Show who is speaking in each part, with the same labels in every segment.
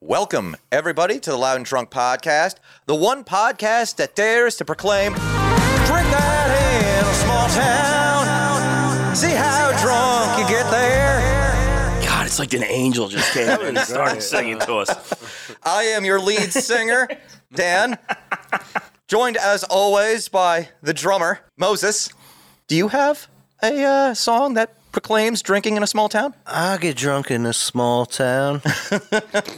Speaker 1: Welcome, everybody, to the Loud and Drunk Podcast, the one podcast that dares to proclaim Drink that in a small town. See how drunk you get there.
Speaker 2: God, it's like an angel just came in and started singing to us.
Speaker 1: I am your lead singer, Dan, joined as always by the drummer, Moses. Do you have a uh, song that proclaims drinking in a small town?
Speaker 3: I get drunk in a small town.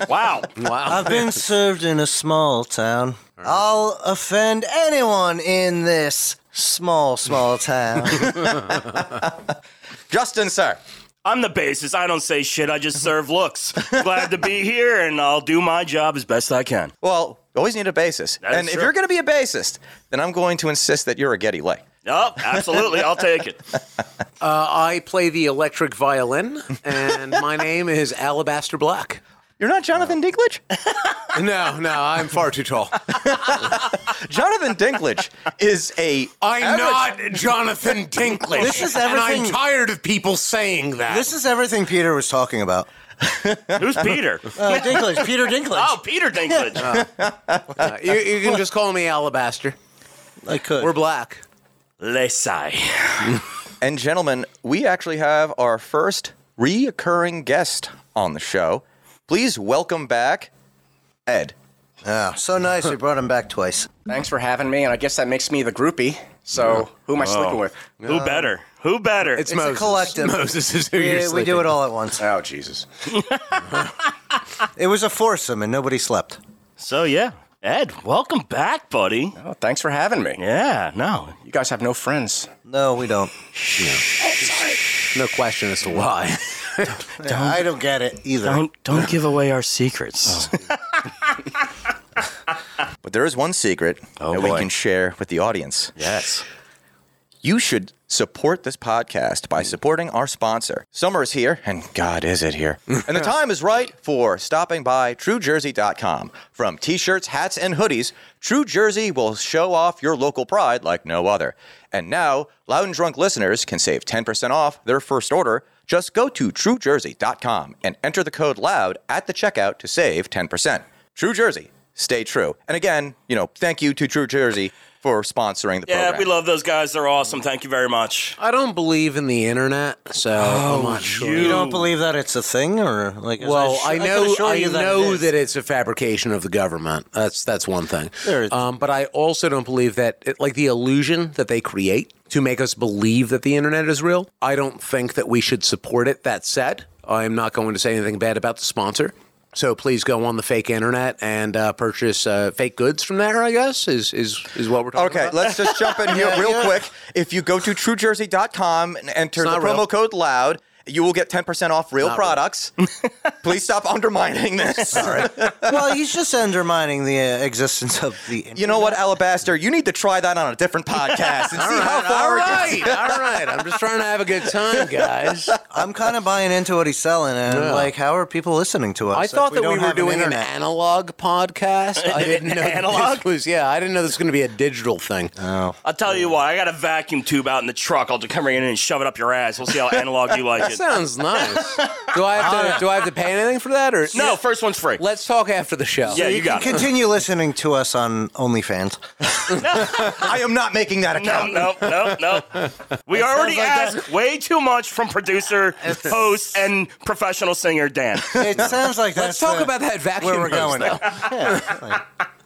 Speaker 2: Wow.
Speaker 3: I've been served in a small town. I'll offend anyone in this small, small town.
Speaker 1: Justin, sir.
Speaker 2: I'm the bassist. I don't say shit. I just serve looks. Glad to be here, and I'll do my job as best I can.
Speaker 1: Well, you always need a bassist.
Speaker 2: That is
Speaker 1: and if
Speaker 2: true.
Speaker 1: you're going to be a bassist, then I'm going to insist that you're a Getty Lay.
Speaker 2: Oh, absolutely. I'll take it.
Speaker 4: Uh, I play the electric violin, and my name is Alabaster Black.
Speaker 1: You're not Jonathan Dinklage?
Speaker 4: No, no, I'm far too tall.
Speaker 1: Jonathan Dinklage is a
Speaker 4: I'm
Speaker 1: average-
Speaker 4: not Jonathan Dinklage.
Speaker 3: This is
Speaker 4: And I'm
Speaker 3: everything-
Speaker 4: tired of people saying that.
Speaker 3: this is everything Peter was talking about.
Speaker 2: Who's Peter?
Speaker 3: Uh, Dinklage, Peter
Speaker 2: Oh,
Speaker 3: Dinklage.
Speaker 2: Peter Dinklage.
Speaker 4: Uh, you, you can just call me Alabaster.
Speaker 3: I could.
Speaker 4: We're black.
Speaker 2: Lesai.
Speaker 1: And gentlemen, we actually have our first reoccurring guest on the show. Please welcome back Ed.
Speaker 3: Oh, so nice we brought him back twice.
Speaker 5: Thanks for having me, and I guess that makes me the groupie. So who
Speaker 2: Oh.
Speaker 5: am I sleeping with?
Speaker 2: Who better? Who better?
Speaker 4: It's,
Speaker 3: It's
Speaker 4: Moses.
Speaker 3: a collective.
Speaker 4: Moses is who you're
Speaker 3: We, we do
Speaker 4: sleeping.
Speaker 3: it all at once.
Speaker 5: Oh Jesus!
Speaker 3: It was a foursome and nobody slept.
Speaker 2: so, yeah. Ed, welcome back, buddy.
Speaker 5: Oh, thanks for having me.
Speaker 2: Yeah, no.
Speaker 5: You guys have no friends.
Speaker 3: No, we don't.
Speaker 4: No question as to why.
Speaker 3: I don't get it either.
Speaker 2: Don't don't give away our secrets.
Speaker 4: Oh.
Speaker 1: But there is one secret
Speaker 2: Oh,
Speaker 1: that we
Speaker 2: boy.
Speaker 1: can share with the audience.
Speaker 2: Yes.
Speaker 1: You should support this podcast by supporting our sponsor. Summer is here, and God is it here. and the time is right for stopping by TrueJersey.com. From t shirts, hats, and hoodies, True Jersey will show off your local pride like no other. And now, Loud and Drunk listeners can save 10% off their first order. Just go to TrueJersey.com and enter the code LOUD at the checkout to save 10%. True Jersey, stay true. And again, you know, thank you to True Jersey for sponsoring the program.
Speaker 2: Yeah, we love those guys. They're awesome. Thank you very much.
Speaker 4: I don't believe in the internet, so I'm not sure.
Speaker 3: Oh, You don't believe that it's a thing, or like? is
Speaker 4: Well,
Speaker 3: sh-
Speaker 4: I
Speaker 3: could
Speaker 4: know
Speaker 3: assure
Speaker 4: I,
Speaker 3: you that it
Speaker 4: know
Speaker 3: is.
Speaker 4: that it's a fabrication of the government. That's that's one thing.
Speaker 3: There it-
Speaker 4: Um, but I also don't believe that it, like the illusion that they create to make us believe that the internet is real. I don't think that we should support it. That said, I am not going to say anything bad about the sponsor. So please go on the fake internet and uh, purchase uh, fake goods from there. I guess is is is what we're talking
Speaker 1: Okay,
Speaker 4: about.
Speaker 1: let's just jump in here real
Speaker 3: yeah.
Speaker 1: quick. If you go to truejersey.com and enter the
Speaker 4: not
Speaker 1: promo
Speaker 4: real.
Speaker 1: code LOUD, you will get 10% off real
Speaker 4: not real.
Speaker 1: products. Please stop undermining this.
Speaker 3: well, he's just undermining the uh, existence of the. Internet.
Speaker 1: You know what, Alabaster? You need to try that on a different podcast and see how far
Speaker 4: all
Speaker 1: it gets.
Speaker 4: right, all right. I'm just trying to have a good time, guys.
Speaker 3: I'm kind of buying into what he's selling, and
Speaker 4: Yeah.
Speaker 3: like, how are people listening to us?
Speaker 4: I
Speaker 3: if
Speaker 4: thought that
Speaker 3: don't
Speaker 4: we were
Speaker 3: have an
Speaker 4: doing an,
Speaker 3: internet?
Speaker 4: analog podcast. I didn't know
Speaker 2: Analog?
Speaker 4: That this was yeah. I didn't know this was going to be a digital thing.
Speaker 3: Oh.
Speaker 2: I'll tell you what, I got a vacuum tube out in the truck. I'll just come right in and shove it up your ass. We'll see how analog you like
Speaker 4: that
Speaker 2: it.
Speaker 4: sounds nice. do I have to? do I have to pay anything for that? Or
Speaker 2: No, first one's free.
Speaker 4: Let's talk after the show.
Speaker 2: Yeah, you,
Speaker 3: You can
Speaker 2: got it.
Speaker 3: continue listening to us on OnlyFans.
Speaker 1: I am not making that
Speaker 2: No,
Speaker 1: account.
Speaker 2: no, no, no. We already
Speaker 3: like
Speaker 2: asked way too much from producer, host, and professional singer Dan.
Speaker 3: It sounds like
Speaker 4: Let's
Speaker 3: that's
Speaker 4: talk
Speaker 3: uh,
Speaker 4: about that vacuum.
Speaker 3: where we're
Speaker 4: hose,
Speaker 3: going.
Speaker 4: though.
Speaker 3: Yeah,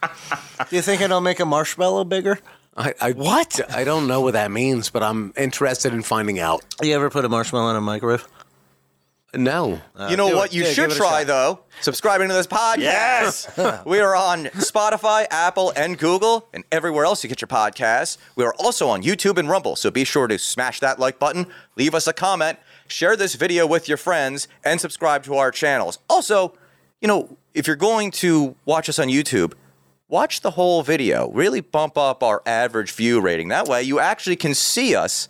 Speaker 3: like- Do you think it'll make a marshmallow bigger?
Speaker 4: I, I, what? I don't know what that means, but I'm interested in finding out.
Speaker 3: You ever put a marshmallow in a microwave?
Speaker 4: No.
Speaker 1: You know
Speaker 3: Uh, do
Speaker 1: what?
Speaker 3: it.
Speaker 1: You
Speaker 3: Yeah,
Speaker 1: should
Speaker 3: give it a
Speaker 1: try
Speaker 3: shot.
Speaker 1: though. Subscribing to this podcast.
Speaker 2: Yes.
Speaker 1: we are on Spotify, Apple, and Google, and everywhere else you get your podcasts. We are also on YouTube and Rumble, so be sure to smash that like button, leave us a comment, share this video with your friends, and subscribe to our channels. Also, you know, if you're going to watch us on YouTube, watch the whole video. Really bump up our average view rating. That way, you actually can see us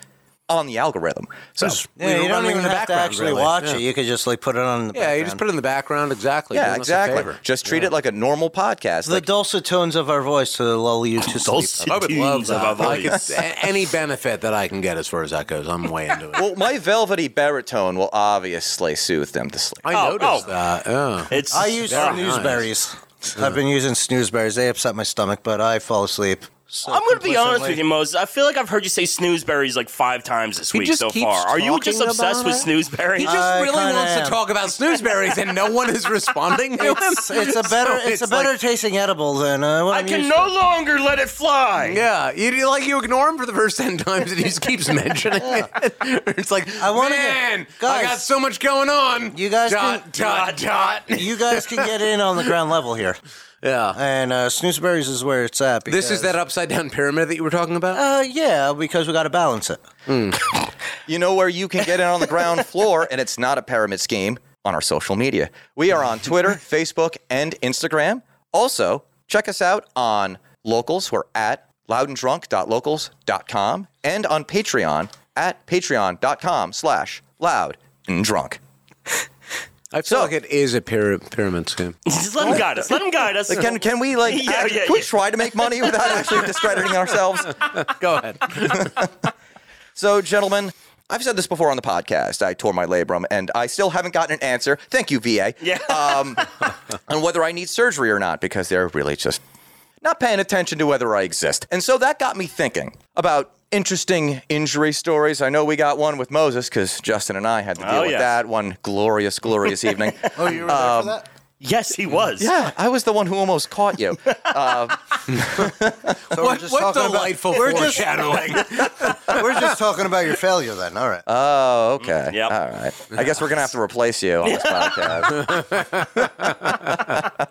Speaker 1: on the algorithm. So
Speaker 4: We
Speaker 3: Yeah,
Speaker 4: were
Speaker 3: you don't
Speaker 4: running in
Speaker 3: even
Speaker 4: the
Speaker 3: have to
Speaker 4: background,
Speaker 3: actually
Speaker 4: really.
Speaker 3: watch
Speaker 4: Yeah.
Speaker 3: it. You could just like put it on. In the
Speaker 4: Yeah, you
Speaker 3: background.
Speaker 4: just put it in the background. Exactly.
Speaker 1: yeah,
Speaker 4: Doing us a
Speaker 1: exactly.
Speaker 4: favor.
Speaker 1: Just treat it like a normal podcast.
Speaker 3: the
Speaker 1: Like,
Speaker 3: dulcet tones of our voice to lull you to
Speaker 2: Dulcet
Speaker 3: sleep.
Speaker 4: I would love
Speaker 2: tunes of our
Speaker 4: that. Like
Speaker 2: voice.
Speaker 4: it's, a- any benefit that I can get as far as that goes, I'm way into it.
Speaker 1: well, my velvety baritone will obviously soothe them to sleep.
Speaker 4: I
Speaker 2: Oh,
Speaker 4: noticed
Speaker 2: oh.
Speaker 4: that. Yeah.
Speaker 2: It's
Speaker 3: I use
Speaker 2: Ah.
Speaker 3: snoozeberries. I've been using snoozeberries. They upset my stomach, but I fall asleep. So
Speaker 2: I'm going to be honest
Speaker 3: complicitly.
Speaker 2: with you, Moses. I feel like I've heard you say snoozeberries like five times this
Speaker 4: He
Speaker 2: week
Speaker 4: just
Speaker 2: so
Speaker 4: keeps
Speaker 2: far. Are you
Speaker 4: talking
Speaker 2: just obsessed with
Speaker 4: about it.
Speaker 2: snoozeberries?
Speaker 4: He just
Speaker 3: I
Speaker 4: really
Speaker 3: kinda
Speaker 4: wants
Speaker 3: am.
Speaker 4: to talk about snoozeberries, and no one is responding to him.
Speaker 3: It's, it's a better,
Speaker 4: So
Speaker 3: it's, a better
Speaker 4: like-
Speaker 3: tasting edible than uh, what
Speaker 2: I
Speaker 3: I'm
Speaker 2: can
Speaker 3: used
Speaker 2: no longer let it fly.
Speaker 4: yeah, you you- like you ignore him for the first ten times, and he just keeps mentioning it. It's like, I
Speaker 3: wanna get-
Speaker 4: man, I
Speaker 3: Guys,
Speaker 4: got so much going on.
Speaker 3: you guys
Speaker 4: dot
Speaker 3: can-
Speaker 4: dot dot.
Speaker 3: to. You guys can get in on the ground level here,
Speaker 4: Yeah,
Speaker 3: and uh, snoozeberries is where it's at. Because,
Speaker 4: this is that upside down pyramid that you were talking about.
Speaker 3: Uh, yeah, because we got to balance it.
Speaker 1: You know where you can get in on the ground floor, and it's not a pyramid scheme on our social media. We are on Twitter, Facebook, and Instagram. Also, check us out on locals. We're at loudanddrunk.locals.com and on Patreon at patreon.com slash loud and drunk.
Speaker 4: I feel
Speaker 1: so-
Speaker 4: like it is a pyra- pyramid scheme.
Speaker 2: Just let him guide us. Let him guide us.
Speaker 1: Can, can we like
Speaker 2: Yeah,
Speaker 1: act-
Speaker 2: yeah,
Speaker 1: can we
Speaker 2: yeah.
Speaker 1: try to make money without actually discrediting ourselves?
Speaker 4: Go ahead.
Speaker 1: So, gentlemen, I've said this before on the podcast. I tore my labrum, and I still haven't gotten an answer. Thank you, VA.
Speaker 2: Yeah.
Speaker 1: Um, on whether I need surgery or not, because they're really just not paying attention to whether I exist. And so that got me thinking about interesting injury stories. I know we got one with Moses because Justin and I had to deal
Speaker 2: Oh,
Speaker 1: with
Speaker 2: yes.
Speaker 1: that one glorious, glorious evening.
Speaker 3: Oh, you were there for that.
Speaker 2: yes, he was.
Speaker 1: Yeah, I was the one who almost caught you.
Speaker 3: So
Speaker 4: What, what delightful
Speaker 3: About, we're just
Speaker 4: foreshadowing.
Speaker 3: we're just talking about your failure then. All right.
Speaker 1: Oh, okay.
Speaker 2: yep.
Speaker 1: All right. I guess we're gonna have to replace you on this podcast.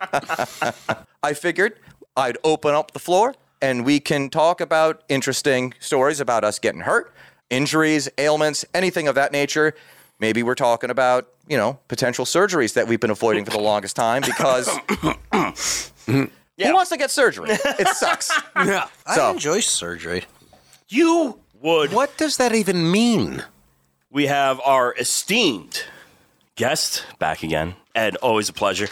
Speaker 1: I figured I'd open up the floor and we can talk about interesting stories about us getting hurt, injuries, ailments, anything of that nature. Maybe we're talking about, you know, potential surgeries that we've been avoiding for the longest time because who wants to get surgery? It sucks.
Speaker 4: yeah.
Speaker 3: I
Speaker 1: so-
Speaker 3: enjoy surgery.
Speaker 2: You would.
Speaker 4: What does that even mean?
Speaker 2: We have our esteemed guest back again. Ed, always a pleasure.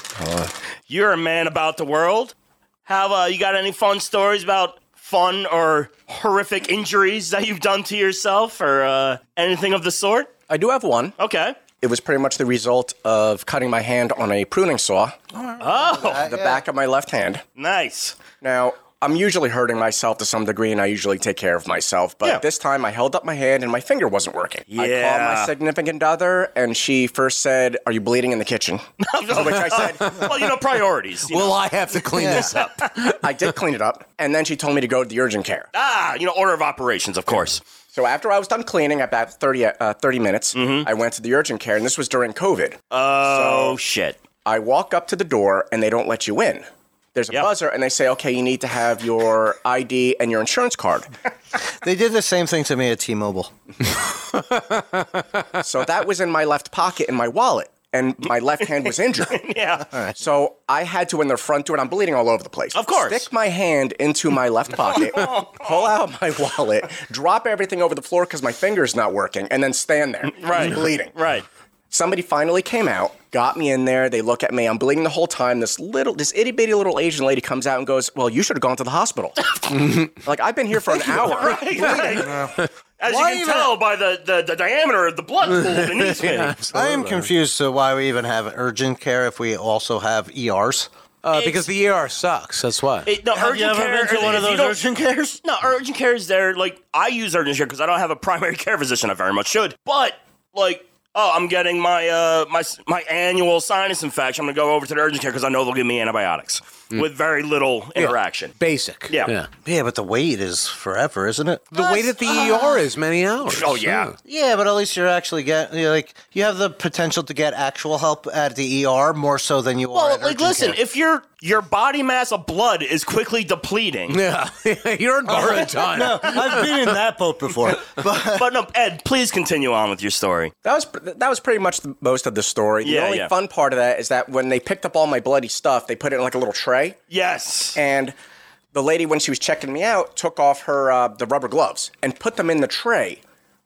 Speaker 2: You're a man about the world. How uh, you got any fun stories about fun or horrific injuries that you've done to yourself or uh, anything of the sort?
Speaker 5: I do have one.
Speaker 2: Okay.
Speaker 5: It was pretty much the result of cutting my hand on a pruning saw,
Speaker 2: Oh,
Speaker 5: the back of my left hand.
Speaker 2: nice.
Speaker 5: Now, I'm usually hurting myself to some degree and I usually take care of myself, but
Speaker 2: Yeah.
Speaker 5: this time I held up my hand and my finger wasn't working. I called
Speaker 2: Yeah.
Speaker 5: my significant other and she first said, Are you bleeding in the kitchen? to which I said,
Speaker 2: Well, you know priorities. You
Speaker 4: Will
Speaker 2: know.
Speaker 4: I have to clean this up?
Speaker 5: I did clean it up. And then she told me to go to the urgent care.
Speaker 2: Ah, you know order of operations, of course.
Speaker 5: So after I was done cleaning, about 30, uh, 30 minutes, I went to the urgent care and this was during COVID.
Speaker 2: Oh shit.
Speaker 5: I walk up to the door and they don't let you in. There's a
Speaker 2: Yep.
Speaker 5: buzzer and they say, okay, you need to have your ID and your insurance card.
Speaker 3: They did the same thing to me at T-Mobile.
Speaker 5: so that was in my left pocket in my wallet. And my left hand was injured.
Speaker 2: Yeah.
Speaker 5: So I had to in the front door, and I'm bleeding all over the place.
Speaker 2: Of course.
Speaker 5: Stick my hand into my left pocket, pull out my wallet, drop everything over the floor because my finger's not working, and then stand there.
Speaker 2: Right.
Speaker 5: Bleeding.
Speaker 2: Right.
Speaker 5: Somebody finally came out, got me in there. They look at me. I'm bleeding the whole time. This little, this itty bitty little Asian lady comes out and goes, "Well, you should have gone to the hospital." like I've been here for an hour.
Speaker 2: Right, right. As
Speaker 3: Oh, Why
Speaker 2: you can
Speaker 3: even-
Speaker 2: tell by the, the, the diameter of the blood pool beneath me.
Speaker 3: I am confused to why we even have urgent care if we also have E ERs.
Speaker 4: Uh, because the ER sucks. That's why.
Speaker 2: It- no, urgent care. if you don't-
Speaker 3: cares?
Speaker 2: No, urgent care is there. Like I use urgent care because I don't have a primary care physician. I very much should, but like. Oh, I'm getting my uh my my annual sinus infection. I'm gonna go over to the urgent care because I know they'll give me antibiotics
Speaker 3: Hmm.
Speaker 2: with very little interaction.
Speaker 4: Basic.
Speaker 2: Yeah.
Speaker 3: Yeah, but the wait is forever, isn't it? Uh,
Speaker 4: The wait at the ER is many hours. Hmm.
Speaker 2: Oh yeah,
Speaker 3: yeah, but at least you're actually get you're like you have the potential to get actual help at the ER more so than you are.
Speaker 2: Well,
Speaker 3: at
Speaker 2: like,
Speaker 3: urgent
Speaker 2: listen,
Speaker 3: care.
Speaker 2: if your your body mass of blood is quickly depleting,
Speaker 4: Yeah. You're in borrowed time.
Speaker 3: I've been in that boat before, but
Speaker 2: but no, Ed, please continue on with your story.
Speaker 5: That was that was pretty much the most of the story. The
Speaker 2: Yeah,
Speaker 5: only
Speaker 2: yeah.
Speaker 5: fun part of that is that when they picked up all my bloody stuff, they put it in like a little tray,
Speaker 2: Yes,
Speaker 5: and the lady when she was checking me out took off her uh, the rubber gloves and put them in the tray.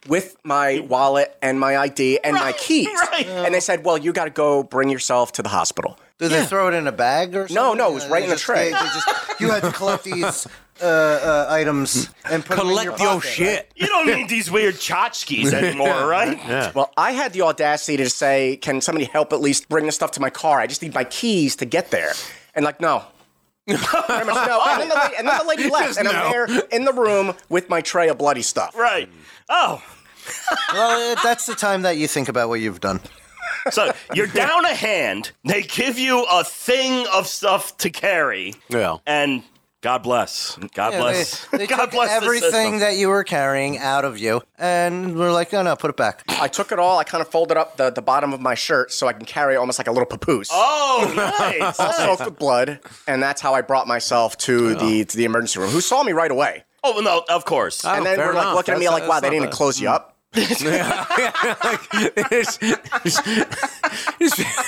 Speaker 5: with my wallet and my ID and my
Speaker 2: Right,
Speaker 5: keys.
Speaker 2: right.
Speaker 5: And they said, well, you got to go bring yourself to the hospital.
Speaker 3: Did they throw it in a bag or something?
Speaker 5: no, it was
Speaker 3: Uh,
Speaker 5: right in
Speaker 3: they
Speaker 5: a
Speaker 3: just-
Speaker 5: tray.
Speaker 3: they- they just- you had to collect these uh, uh, items and put them in your
Speaker 4: Collect your
Speaker 3: pocket,
Speaker 4: shit.
Speaker 2: You don't need these weird tchotchkes anymore, right?
Speaker 5: Well, I had the audacity to say, can somebody help at least bring this stuff to my car? I just need my keys to get there. And like, no. Pretty much no. Oh, And then the lady, and then the lady left,
Speaker 4: Just
Speaker 5: and
Speaker 4: no.
Speaker 5: I'm there in the room with my tray of bloody stuff.
Speaker 2: Right. Oh,
Speaker 3: right? Well, uh, that's the time that you think about what you've done.
Speaker 2: so you're down a hand. They give you a thing of stuff to carry.
Speaker 4: Yeah.
Speaker 2: And God bless. God
Speaker 3: Yeah,
Speaker 2: bless.
Speaker 3: they, they
Speaker 2: God
Speaker 3: took
Speaker 2: bless the system.
Speaker 3: everything that you were carrying out of you, and we're like, no, no, put it back.
Speaker 5: I took it all. I kind of folded up the, the bottom of my shirt so I can carry it almost like a little papoose.
Speaker 2: Oh, nice.
Speaker 5: Soaked with blood, and that's how I brought myself to
Speaker 4: Oh.
Speaker 5: the to the emergency room. Who saw me right away?
Speaker 2: oh, no, of course.
Speaker 5: And then
Speaker 4: Oh, fair
Speaker 5: were like
Speaker 4: enough.
Speaker 5: looking at me
Speaker 4: That's-
Speaker 5: like, "Wow,
Speaker 4: that's
Speaker 5: they
Speaker 4: not hmm.
Speaker 5: didn't even
Speaker 4: bad.
Speaker 5: close you up."
Speaker 4: it's, it's-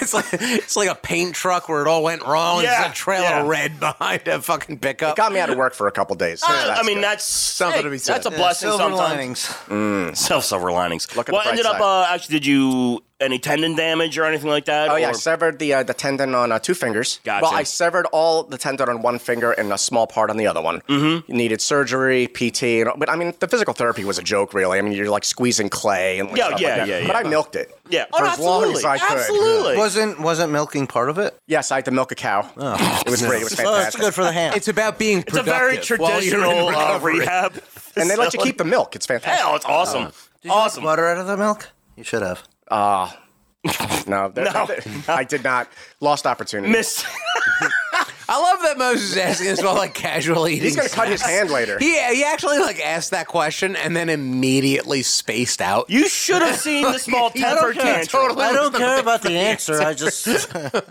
Speaker 4: it's like, it's like a paint truck where it all went wrong. and It's
Speaker 2: Yeah,
Speaker 4: just a trail
Speaker 2: yeah.
Speaker 4: of red behind a fucking pickup.
Speaker 5: Got me out of work for a couple days.
Speaker 4: Ah,
Speaker 5: so
Speaker 2: I, I
Speaker 5: that's
Speaker 2: mean,
Speaker 5: good.
Speaker 2: that's
Speaker 4: Something
Speaker 2: hey,
Speaker 4: to be said.
Speaker 2: That's a
Speaker 4: Yeah,
Speaker 2: blessing.
Speaker 3: Silver
Speaker 2: sometimes.
Speaker 3: linings.
Speaker 2: Self silver linings.
Speaker 5: Look at
Speaker 2: well,
Speaker 5: the bright
Speaker 2: ended up
Speaker 5: side.
Speaker 2: uh, actually. Did you any tendon damage or anything like that?
Speaker 5: Oh yeah, I
Speaker 2: Or-
Speaker 5: severed the uh, the tendon on uh, two fingers.
Speaker 2: Gotcha.
Speaker 5: Well, I severed all the tendon on one finger and a small part on the other one. Mm-hmm. Needed surgery, PT, and, but I mean, the physical therapy was a joke, really. I mean, you're like squeezing clay and like,
Speaker 2: Yeah,
Speaker 5: stuff
Speaker 2: yeah,
Speaker 5: like that.
Speaker 2: yeah,
Speaker 5: But
Speaker 2: yeah.
Speaker 5: I milked it.
Speaker 2: yeah.
Speaker 5: for
Speaker 2: Oh,
Speaker 5: as long
Speaker 2: absolutely.
Speaker 5: as I could.
Speaker 2: Absolutely.
Speaker 3: Wasn't wasn't milking part of it?
Speaker 5: Yes, I had to milk a cow. It was great.
Speaker 3: Oh,
Speaker 5: It was
Speaker 3: it's
Speaker 5: fantastic.
Speaker 3: good for the hand.
Speaker 4: It's about being
Speaker 2: It's a very
Speaker 4: productive while you're in
Speaker 2: traditional uh,
Speaker 4: recovery.
Speaker 2: rehab.
Speaker 5: and they let you
Speaker 2: facility.
Speaker 5: keep the milk. It's fantastic.
Speaker 2: Hell, it's awesome. awesome.
Speaker 3: butter out of the milk. You should have.
Speaker 5: No, they're-
Speaker 2: No.
Speaker 5: they're- I did not. Lost opportunity.
Speaker 2: Miss.
Speaker 4: I love that Moses is asking us about like casual eating.
Speaker 5: He's gonna cut his hand later.
Speaker 4: He, he actually like asked that question and then immediately spaced out.
Speaker 2: You should have seen the small temper tantrum.
Speaker 4: Totally.
Speaker 3: I don't care about the answer. I just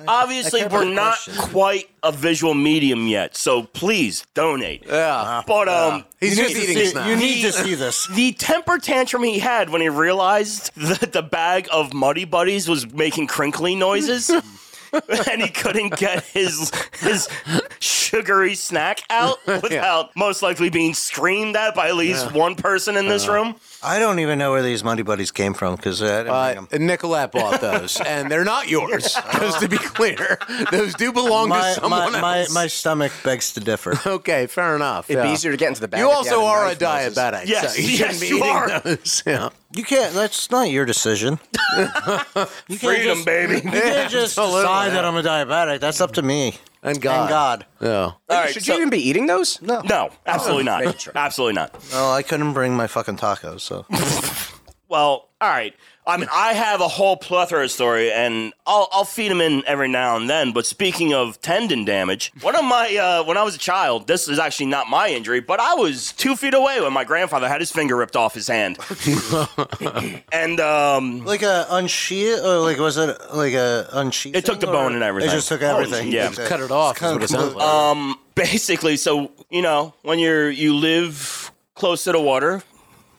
Speaker 2: Obviously,
Speaker 3: I care
Speaker 2: we're
Speaker 3: about
Speaker 2: not
Speaker 3: questions.
Speaker 2: quite a visual medium yet, so please donate.
Speaker 4: Yeah.
Speaker 2: But um,
Speaker 4: He's
Speaker 3: You
Speaker 4: just
Speaker 3: need to
Speaker 4: eating
Speaker 3: see-
Speaker 4: a snack.
Speaker 3: You need to see this.
Speaker 2: the temper tantrum he had when he realized that the bag of Muddy Buddies was making crinkly noises. and he couldn't get his his sugary snack out without most likely being screamed at by at least one person in this room.
Speaker 3: I don't even know where these Money Buddies came from because I didn't bring 'em.
Speaker 4: Uh, Nicolette bought those, and they're not yours. Because to be clear, those do belong to
Speaker 3: My,
Speaker 4: someone
Speaker 3: my, my,
Speaker 4: else.
Speaker 3: my stomach begs to differ.
Speaker 4: okay, fair enough.
Speaker 5: It'd
Speaker 4: yeah.
Speaker 5: be easier to get into the bag.
Speaker 4: You
Speaker 5: if had
Speaker 4: also are a
Speaker 5: knife, Moses.
Speaker 4: diabetic,
Speaker 2: Yes,
Speaker 4: so you
Speaker 2: yes,
Speaker 4: shouldn't be
Speaker 2: you
Speaker 4: eating
Speaker 2: are.
Speaker 4: those. Yeah.
Speaker 3: You can't. That's not your decision. You can't
Speaker 2: Freedom,
Speaker 3: just,
Speaker 2: baby.
Speaker 3: You can't just
Speaker 4: absolutely,
Speaker 3: decide
Speaker 4: yeah.
Speaker 3: that I'm a diabetic. That's up to me
Speaker 4: And God.
Speaker 3: And God.
Speaker 4: Yeah.
Speaker 2: All right,
Speaker 5: Should
Speaker 2: so-
Speaker 5: you even be eating those?
Speaker 3: No.
Speaker 2: no, absolutely
Speaker 5: making
Speaker 2: not.
Speaker 5: sure.
Speaker 2: Absolutely not.
Speaker 3: Well, I couldn't bring my fucking tacos, so
Speaker 2: Well, all right. I mean, I have a whole plethora of story, and I'll, I'll feed them in every now and then. But speaking of tendon damage, one of my uh, when I was a child, this is actually not my injury, but I was two feet away when my grandfather had his finger ripped off his hand, and um,
Speaker 3: like a unsheath, or like was it like a unsheath?
Speaker 2: It took the bone and everything.
Speaker 3: It just took
Speaker 2: Oh,
Speaker 3: everything.
Speaker 2: yeah.
Speaker 3: It's a-
Speaker 4: Cut it off. Is what it sounds like.
Speaker 2: um, basically, so you know, when you're you live close to the water,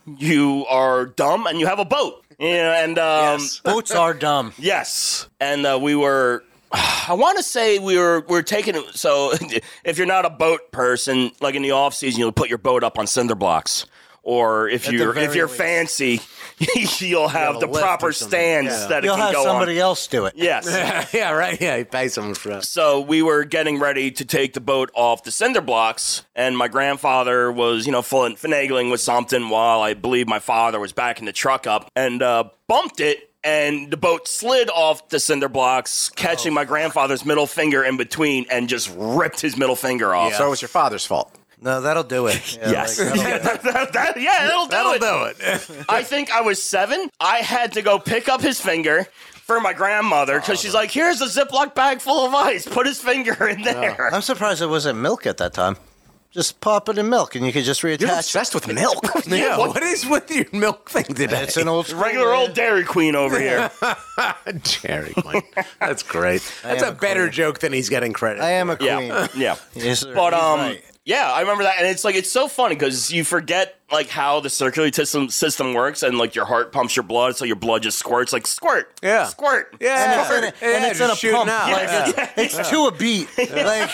Speaker 2: you are dumb, and you have a boat, you know, and um,
Speaker 3: Boats are dumb.
Speaker 2: Yes, and uh, we were. I want to say we were we are taking so if you're not a boat person, like in the off season, you'll put your boat up on cinder blocks, or if you're if
Speaker 3: very
Speaker 2: you're
Speaker 3: least.
Speaker 2: fancy, you'll have
Speaker 4: a
Speaker 2: the
Speaker 4: lift or
Speaker 2: proper
Speaker 4: something.
Speaker 2: stands that it
Speaker 3: You'll
Speaker 2: can
Speaker 3: have
Speaker 2: go
Speaker 3: somebody
Speaker 2: on.
Speaker 3: else do it.
Speaker 2: Yes.
Speaker 4: yeah, right. Yeah, he pays someone for that.
Speaker 2: So we were getting ready to take the boat off the cinder blocks, and my grandfather was, you know, fin- finagling with something while I believe my father was backing the truck up and uh, bumped it, and the boat slid off the cinder blocks, catching my grandfather's middle finger in between and just ripped his middle finger off.
Speaker 5: So it was your father's fault.
Speaker 3: No, that'll do it. Yeah,
Speaker 2: Yes.
Speaker 3: like, that'll-
Speaker 2: yeah, that, that- that- yeah, it'll do it. I think I was seven. I had to go pick up his finger for my grandmother because she's like, here's a Ziploc bag full of ice. Put his finger in there.
Speaker 3: I'm surprised it wasn't milk at that time. Just pop it in milk, and you could just reattach.
Speaker 5: You're
Speaker 3: it.
Speaker 5: obsessed with milk.
Speaker 4: Yeah, what is with your milk thing today?
Speaker 3: It's an old
Speaker 2: Regular old Dairy Queen over here.
Speaker 4: Jerry Queen. That's great. That's
Speaker 3: am
Speaker 4: a
Speaker 3: a
Speaker 4: better joke than he's getting credit.
Speaker 3: I am a
Speaker 2: Yeah,
Speaker 3: queen.
Speaker 2: yeah.
Speaker 3: Yes, sir.
Speaker 2: But
Speaker 3: He's
Speaker 2: um,
Speaker 3: right.
Speaker 2: yeah, I remember that, and it's like it's so funny because you forget like how the circulatory system system works, and like your heart pumps your blood, so your blood just squirts like squirt,
Speaker 4: Yeah.
Speaker 2: squirt.
Speaker 4: Yeah.
Speaker 3: and it's in a, and
Speaker 4: yeah,
Speaker 3: it's in
Speaker 4: just
Speaker 3: a
Speaker 4: shooting
Speaker 3: pump.
Speaker 4: out.
Speaker 3: Like
Speaker 4: Yeah.
Speaker 3: It's, it's to a beat. Like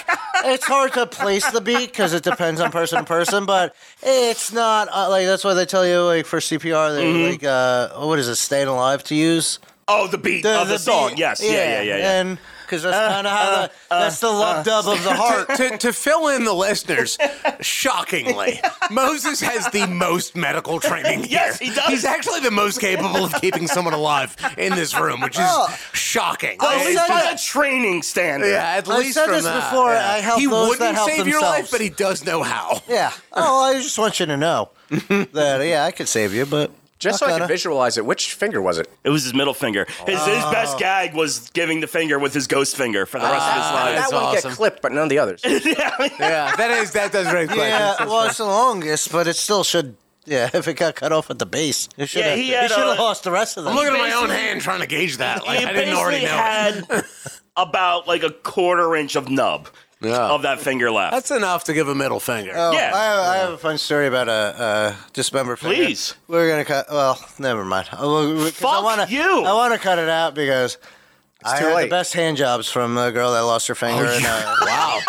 Speaker 3: it's hard to place the beat because it depends on person to person, but it's not uh, like that's why they tell you like for CPR they like uh, what is it, staying alive to use
Speaker 2: Oh, the beat of the,
Speaker 3: beat-
Speaker 2: song. Yes. Yeah. Yeah. Yeah. Yeah.
Speaker 3: and because that's kind of how the, that's the love dub of the heart.
Speaker 4: to, to fill in the listeners, shockingly, Moses has the most medical training.
Speaker 2: Yes,
Speaker 4: here.
Speaker 2: he does.
Speaker 4: He's actually the most capable of keeping someone alive in this room, which is
Speaker 3: Oh.
Speaker 4: shocking.
Speaker 2: At least
Speaker 3: said
Speaker 2: by
Speaker 3: it-
Speaker 2: a training standard.
Speaker 4: yeah, at
Speaker 3: I've
Speaker 4: least
Speaker 3: said
Speaker 4: from
Speaker 3: this
Speaker 4: that,
Speaker 3: before,
Speaker 4: yeah.
Speaker 3: I help
Speaker 4: He
Speaker 3: those that
Speaker 4: wouldn't
Speaker 3: help
Speaker 4: save your life,
Speaker 3: themselves.
Speaker 4: but he does know how.
Speaker 3: Yeah. Oh, I just want you to know that yeah, I could save you, but
Speaker 5: Just so
Speaker 3: not
Speaker 5: I can
Speaker 3: gonna.
Speaker 5: visualize it, which finger was it?
Speaker 2: It was his middle finger. His, his best gag was giving the finger with his ghost finger for the rest of his
Speaker 5: Ah, that
Speaker 4: that's
Speaker 2: life.
Speaker 5: one
Speaker 4: awesome.
Speaker 5: get clipped, but none of the others.
Speaker 4: Yeah, that is that does raise questions.
Speaker 3: Yeah, well, it's the longest, but it still should. Yeah, if it got cut off at the base, it should
Speaker 2: Yeah,
Speaker 3: have.
Speaker 2: he had,
Speaker 3: should have
Speaker 2: uh,
Speaker 3: lost the rest of them.
Speaker 4: I'm looking at my own hand trying to gauge that. Like,
Speaker 2: He
Speaker 4: I didn't already
Speaker 2: basically
Speaker 4: know.
Speaker 2: had about like a quarter inch of nub
Speaker 4: Yeah.
Speaker 2: of that finger left.
Speaker 4: That's enough to give a middle finger.
Speaker 3: Oh,
Speaker 2: yeah.
Speaker 3: I, have, I have a fun story about a, a dismember. finger.
Speaker 2: Please.
Speaker 3: we're gonna cut. Well, never mind. I, will- 'cause I
Speaker 2: Fuck
Speaker 3: wanna,
Speaker 2: you.
Speaker 3: I want to cut it out because I
Speaker 5: too
Speaker 3: had
Speaker 5: late.
Speaker 3: the best hand jobs from a girl that lost her finger. and, uh,
Speaker 4: wow.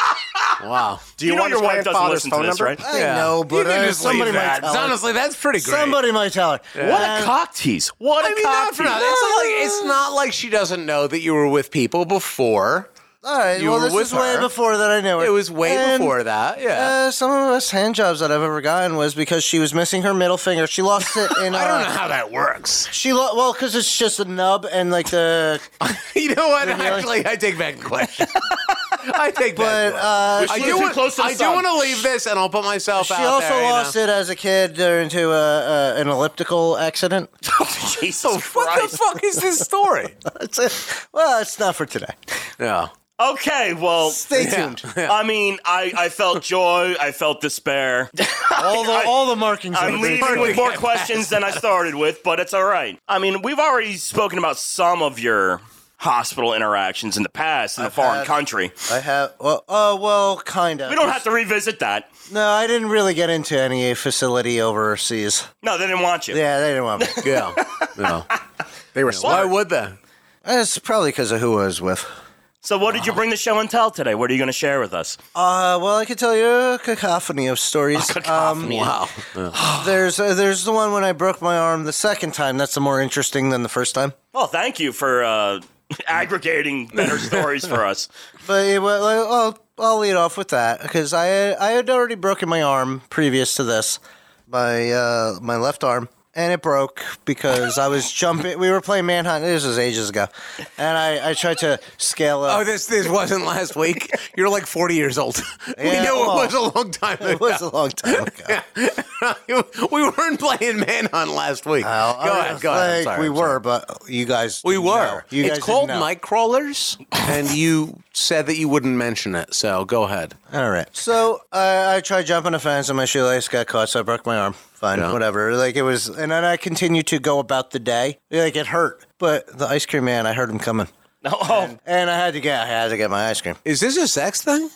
Speaker 4: Wow.
Speaker 5: Do
Speaker 2: you, know
Speaker 5: want
Speaker 2: your
Speaker 5: his
Speaker 2: wife doesn't
Speaker 5: grandfather's
Speaker 2: listen to
Speaker 5: phone
Speaker 2: this,
Speaker 5: number?
Speaker 2: right?
Speaker 3: I know, but
Speaker 4: you can
Speaker 3: uh,
Speaker 4: just
Speaker 3: somebody
Speaker 4: leave that.
Speaker 3: might tell her.
Speaker 4: Honestly, that's pretty great.
Speaker 3: Somebody might tell her.
Speaker 2: What
Speaker 3: And-
Speaker 2: a cock tease! What a
Speaker 4: I mean,
Speaker 2: cock
Speaker 4: not
Speaker 2: tease!
Speaker 4: for nothing. It's not, like, it's not like she doesn't know that you were with people before.
Speaker 3: All right.
Speaker 4: You
Speaker 3: well,
Speaker 4: were
Speaker 3: this
Speaker 4: with
Speaker 3: is way
Speaker 4: her.
Speaker 3: before that I knew her.
Speaker 4: It was way
Speaker 3: And,
Speaker 4: before that. Yeah.
Speaker 3: Uh, some of the best hand jobs that I've ever gotten was because she was missing her middle finger. She lost it in. Uh,
Speaker 4: I don't know how that works.
Speaker 3: She lo- well, because it's just a nub and like the.
Speaker 4: You know what?
Speaker 3: Really?
Speaker 4: Actually, I take back the question. I take back.
Speaker 3: But
Speaker 4: the-
Speaker 3: uh,
Speaker 4: I
Speaker 2: Which
Speaker 4: do
Speaker 2: one's
Speaker 4: want,
Speaker 2: too close to the
Speaker 4: I do
Speaker 2: sun?
Speaker 4: want to leave this, and I'll put myself
Speaker 3: she
Speaker 4: out
Speaker 3: also
Speaker 4: there. you know.
Speaker 3: lost it as a kid uh, into a, uh, an elliptical accident.
Speaker 2: Jesus
Speaker 4: What the
Speaker 2: Christ.
Speaker 4: fuck is this story?
Speaker 3: That's it. Well, it's not for today.
Speaker 4: yeah.
Speaker 2: Okay, well,
Speaker 3: Stay tuned.
Speaker 2: I mean, I, I felt joy, I felt despair.
Speaker 3: All the all the markings.
Speaker 2: I'm
Speaker 3: of
Speaker 2: leaving with more questions than I started with, but it's all right. I mean, we've already spoken about some of your hospital interactions in the past in a foreign
Speaker 3: had-
Speaker 2: country.
Speaker 3: I have. Well, uh, well, kind of.
Speaker 2: We don't have to revisit that.
Speaker 3: No, I didn't really get into any facility overseas.
Speaker 2: No, they didn't want you.
Speaker 3: Yeah, they didn't want me.
Speaker 4: Yeah. No.
Speaker 5: They were
Speaker 4: Why
Speaker 5: smart.
Speaker 4: would they?
Speaker 3: That's probably because of who I was with.
Speaker 2: So, what did you bring the show and tell today? What are you going to share with us?
Speaker 3: Uh, well, I could tell you a cacophony of stories.
Speaker 2: Cacophony.
Speaker 4: Wow.
Speaker 3: Um, there's uh, there's the one when I broke my arm the second time. That's the more interesting than the first time.
Speaker 2: Well, thank you for uh, aggregating better stories for us.
Speaker 3: But it, well, I'll, I'll lead off with that because I I had already broken my arm previous to this, my uh, my left arm, and it broke because I was jumping. We were playing manhunt. This was ages ago, and I, I tried to scale up.
Speaker 4: Oh, this this wasn't last week. You're like 40 years old. we
Speaker 3: Yeah,
Speaker 4: know
Speaker 3: well,
Speaker 4: it was a long time
Speaker 3: it
Speaker 4: ago.
Speaker 3: was a long time ago.
Speaker 4: we weren't playing Manhunt last week.
Speaker 3: Well,
Speaker 4: go
Speaker 3: I
Speaker 4: ahead,
Speaker 3: was
Speaker 4: go ahead. I'm
Speaker 3: like,
Speaker 4: sorry,
Speaker 3: we
Speaker 4: I'm sorry.
Speaker 3: were, but you guys.
Speaker 4: We
Speaker 3: didn't know.
Speaker 4: were.
Speaker 3: You
Speaker 4: it's
Speaker 3: guys didn't
Speaker 4: called
Speaker 3: know.
Speaker 4: Night Crawlers, and you said that you wouldn't mention it, so go ahead.
Speaker 3: All right. So I I tried jumping a fence and my shoelace got caught, so I broke my arm. Fine,
Speaker 4: Yeah.
Speaker 3: whatever. Like it was, and then I continued to go about the day. Like it hurt, but the ice cream man, I heard him coming,
Speaker 2: No, oh,
Speaker 3: and I had to get, I had to get my ice cream.
Speaker 4: Is this a sex thing?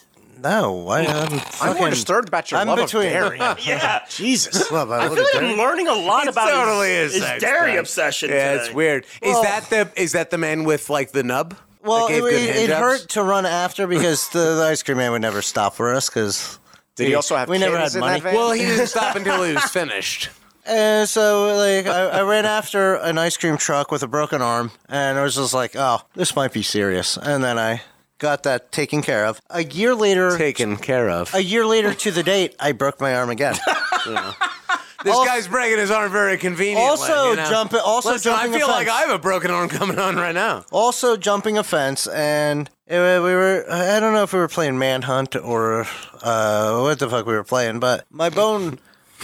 Speaker 3: No, I, I'm
Speaker 5: I'm more
Speaker 3: fucking-
Speaker 5: disturbed about your
Speaker 3: I'm
Speaker 5: love
Speaker 3: between.
Speaker 5: of dairy.
Speaker 2: yeah.
Speaker 5: Jesus.
Speaker 3: Well, I
Speaker 2: I feel
Speaker 3: look
Speaker 2: like
Speaker 3: at
Speaker 2: I'm learning a lot about
Speaker 4: totally
Speaker 2: his,
Speaker 4: a
Speaker 2: his
Speaker 4: sex
Speaker 2: dairy
Speaker 4: thing.
Speaker 2: obsession.
Speaker 4: Yeah,
Speaker 2: today.
Speaker 4: it's weird. is
Speaker 3: Well-
Speaker 4: that the is that the man with like the nub?
Speaker 3: Well,
Speaker 4: that gave
Speaker 3: it,
Speaker 4: good
Speaker 3: it,
Speaker 4: hand
Speaker 3: it
Speaker 4: jobs?
Speaker 3: hurt to run after because the, the ice cream man would never stop for us because.
Speaker 5: Did he also have
Speaker 3: We never
Speaker 5: kids
Speaker 3: had
Speaker 5: in
Speaker 3: money.
Speaker 5: that van?
Speaker 4: Well, he didn't stop until he was finished.
Speaker 3: And so, like, I, I ran after an ice cream truck with a broken arm, and I was just like, oh, this might be serious. And then I got that taken care of. A year later,
Speaker 4: Taken care of.
Speaker 3: a year later to the date, I broke my arm again.
Speaker 4: This
Speaker 3: Also-
Speaker 4: guy's breaking his arm very conveniently.
Speaker 3: Also
Speaker 4: you know?
Speaker 3: jumping- also
Speaker 4: Listen,
Speaker 3: jumping
Speaker 4: I
Speaker 3: a
Speaker 4: feel like
Speaker 3: fence.
Speaker 4: I have a broken arm coming on right now.
Speaker 3: also, jumping a fence, and it, wa- we were, I don't know if we were playing manhunt or uh, what the fuck we were playing, but my bone,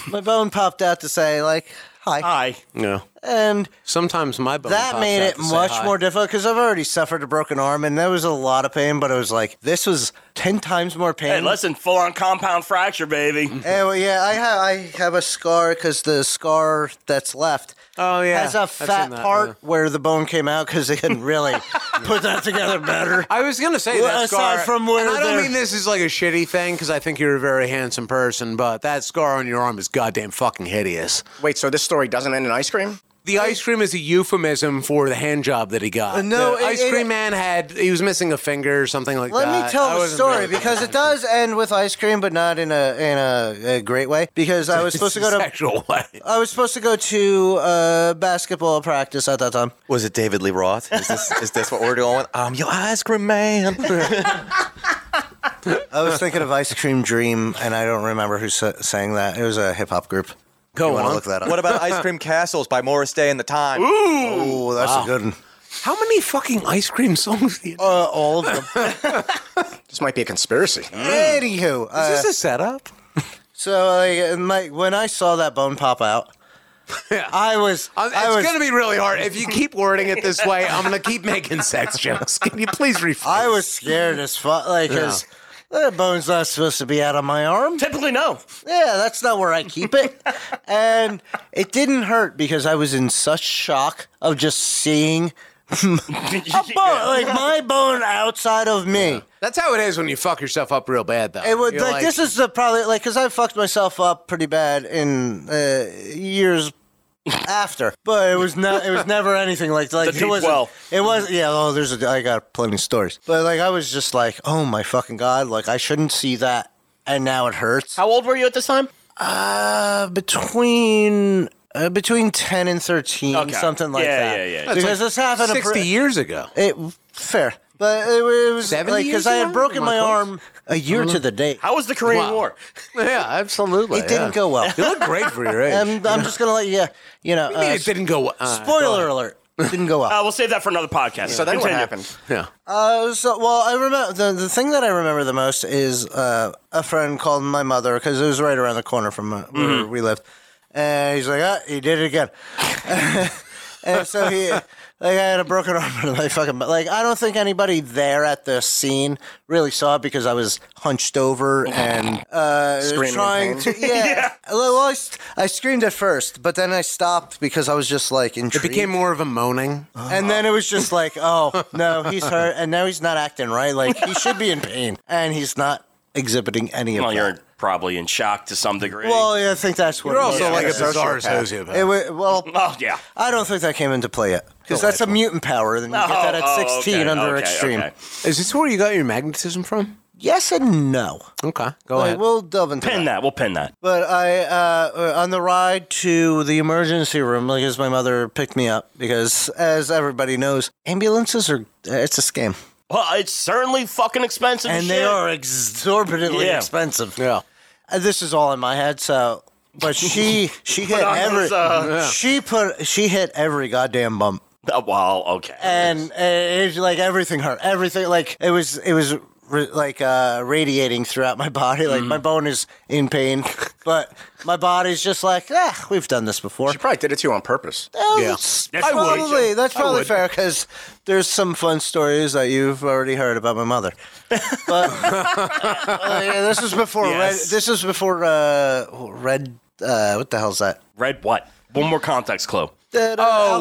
Speaker 3: my bone popped out to say, like,
Speaker 4: Ah.
Speaker 3: hi.
Speaker 2: Hi.
Speaker 4: No.
Speaker 3: And
Speaker 4: Sometimes my bone
Speaker 3: that
Speaker 4: pops
Speaker 3: made
Speaker 4: out
Speaker 3: it
Speaker 4: to say
Speaker 3: much
Speaker 4: hi.
Speaker 3: more difficult because I've already suffered a broken arm and there was a lot of pain, but it was like this was ten times more pain.
Speaker 2: Hey, listen, full on compound fracture, baby.
Speaker 3: Eh, well, yeah, I have I have a scar because the scar that's left.
Speaker 4: Oh yeah,
Speaker 3: Has a
Speaker 4: I've seen
Speaker 3: fat
Speaker 4: that,
Speaker 3: part
Speaker 4: yeah.
Speaker 3: where the bone came out because they couldn't really put that together better.
Speaker 4: I was gonna say
Speaker 3: Well,
Speaker 4: that
Speaker 3: aside
Speaker 4: scar.
Speaker 3: from where
Speaker 4: and I don't
Speaker 3: they're-
Speaker 4: mean this is like a shitty thing because I think you're a very handsome person, but that scar on your arm is goddamn fucking hideous.
Speaker 5: Wait, so this story doesn't end in ice cream?
Speaker 4: The ice cream is a euphemism for the hand job that he got.
Speaker 3: Uh, no,
Speaker 4: the
Speaker 3: it-
Speaker 4: ice
Speaker 3: it-
Speaker 4: cream man had he was missing a finger or something like
Speaker 3: Let
Speaker 4: that.
Speaker 3: me tell
Speaker 4: I
Speaker 3: the
Speaker 4: wasn't
Speaker 3: story
Speaker 4: really-
Speaker 3: because it does end with ice cream, but not in a in a, a great way. Because I was supposed to go to
Speaker 4: sexual way.
Speaker 3: I was supposed to go to uh, basketball practice at that time.
Speaker 1: Was it David Lee Roth? Is this is this what we're doing? I'm your ice cream man.
Speaker 3: I was thinking of Ice Cream Dream, and I don't remember who sa- sang that. It was a hip hop group.
Speaker 4: Go
Speaker 3: Want to
Speaker 4: on.
Speaker 3: look that up?
Speaker 1: what about Ice Cream Castles by Morris Day and the Time?
Speaker 3: Oh, that's a good one.
Speaker 4: How many fucking ice cream songs? Do you know?
Speaker 3: Uh, all of them.
Speaker 5: This might be a conspiracy.
Speaker 3: Anywho, uh,
Speaker 4: is this a setup?
Speaker 3: so like, uh, my, when I saw that bone pop out, Oh, I was
Speaker 4: Uh,
Speaker 3: I
Speaker 4: It's
Speaker 3: was
Speaker 4: going to be really hard if you keep wording it this way. I'm going to keep making sex jokes. Can you please rephrase?
Speaker 3: I was scared as fuck, like because. That bone's not supposed to be out of my arm.
Speaker 2: Typically, no.
Speaker 3: Yeah, that's not where I keep it. and it didn't hurt because I was in such shock of just seeing a bone, like my bone outside of me.
Speaker 4: That's how it is when you fuck yourself up real bad, though.
Speaker 3: It would
Speaker 4: You're
Speaker 3: like, this is the probably like because I fucked myself up pretty bad in uh, years after, but it was not. It was never anything like like
Speaker 2: The
Speaker 3: it
Speaker 2: deep
Speaker 3: wasn't.
Speaker 2: well.
Speaker 3: It was yeah. Oh, there's a. I got plenty of stories, but like I was just like, oh my fucking god, like I shouldn't see that, and now it hurts.
Speaker 2: How old were you at this time?
Speaker 3: Uh, between uh, between ten and thirteen,
Speaker 2: Okay.
Speaker 3: something like
Speaker 2: Yeah,
Speaker 3: that.
Speaker 2: yeah, yeah. That's
Speaker 3: Because this happened a
Speaker 4: sixty
Speaker 3: pre-
Speaker 4: years ago.
Speaker 3: It fair, but it, wa- it was
Speaker 4: 70
Speaker 3: like
Speaker 4: years
Speaker 3: because I
Speaker 4: ago?
Speaker 3: had broken
Speaker 4: Am I
Speaker 3: my
Speaker 4: close?
Speaker 3: arm a year to the date.
Speaker 2: How was the Korean
Speaker 4: Wow.
Speaker 2: War?
Speaker 4: Yeah, absolutely.
Speaker 3: It didn't go well.
Speaker 4: You look great for your age.
Speaker 3: I'm, I'm just gonna let you, you know.
Speaker 4: I mean,
Speaker 3: Um, uh,
Speaker 4: it didn't go. Uh,
Speaker 3: spoiler alert. Didn't go well.
Speaker 2: Uh, we'll save that for another podcast.
Speaker 5: So then what
Speaker 2: Continue.
Speaker 5: happened?
Speaker 4: Yeah.
Speaker 3: Uh, so, well, I remember the, the thing that I remember the most is uh, a friend called my mother because it was right around the corner from uh, where we lived, and he's like, "Ah, he did it again," and so he. Like I had a broken arm in my fucking butt. Like I don't think anybody there at the scene really saw it because I was hunched over and uh,
Speaker 5: Screaming in
Speaker 3: trying
Speaker 5: pain.
Speaker 3: to. Yeah, Well, I, s- I screamed at first, but then I stopped because I was just like
Speaker 4: It
Speaker 3: intrigued.
Speaker 4: became more of a moaning.
Speaker 3: And then it was just like, oh no, he's hurt, and now he's not acting right. Like he should be in pain, and he's not exhibiting any of
Speaker 2: Well,
Speaker 3: that.
Speaker 2: you're probably in shock to some degree.
Speaker 3: well, yeah, I think that's what.
Speaker 4: You're
Speaker 3: it
Speaker 4: also
Speaker 3: was.
Speaker 4: like a
Speaker 5: yeah.
Speaker 4: bizarre
Speaker 5: Sociopath.
Speaker 4: sociopath.
Speaker 3: It wa- well,
Speaker 2: oh yeah.
Speaker 3: I don't think that came into play yet because that's a mutant power, and you get that
Speaker 2: Oh,
Speaker 3: at
Speaker 2: oh,
Speaker 3: 16
Speaker 2: okay,
Speaker 3: under
Speaker 2: okay,
Speaker 3: extreme.
Speaker 2: okay.
Speaker 4: Is this where you got your magnetism from?
Speaker 3: Yes and no.
Speaker 4: Okay, go
Speaker 3: Like,
Speaker 4: ahead.
Speaker 3: we'll delve into
Speaker 2: Pin
Speaker 3: that.
Speaker 2: that. We'll pin that.
Speaker 3: But I, uh, on the ride to the emergency room, like as my mother picked me up, because as everybody knows, ambulances are—it's a scam,
Speaker 2: Well, it's certainly fucking expensive. as
Speaker 3: and they
Speaker 2: shit.
Speaker 3: are exorbitantly
Speaker 2: Yeah.
Speaker 3: expensive.
Speaker 4: yeah.
Speaker 3: Uh, this is all in my head so but she she hit
Speaker 2: on
Speaker 3: every
Speaker 2: this, uh,
Speaker 3: she put she hit every goddamn bump
Speaker 2: Uh, well, okay.
Speaker 3: and uh, it was like everything hurt everything like it was it was re- like uh radiating throughout my body like my bone is in pain but my body's just like ah we've done this before
Speaker 5: She probably did it to you on purpose.
Speaker 3: Oh,
Speaker 4: Yeah.
Speaker 3: that's
Speaker 2: That's I would.
Speaker 3: probably that's probably fair because there's some fun stories that you've already heard about my mother. But uh, yeah, this is before
Speaker 2: Yes.
Speaker 3: red. This is before uh, red. Uh, what the hell's that?
Speaker 2: Red what? One more context clue.
Speaker 3: Oh,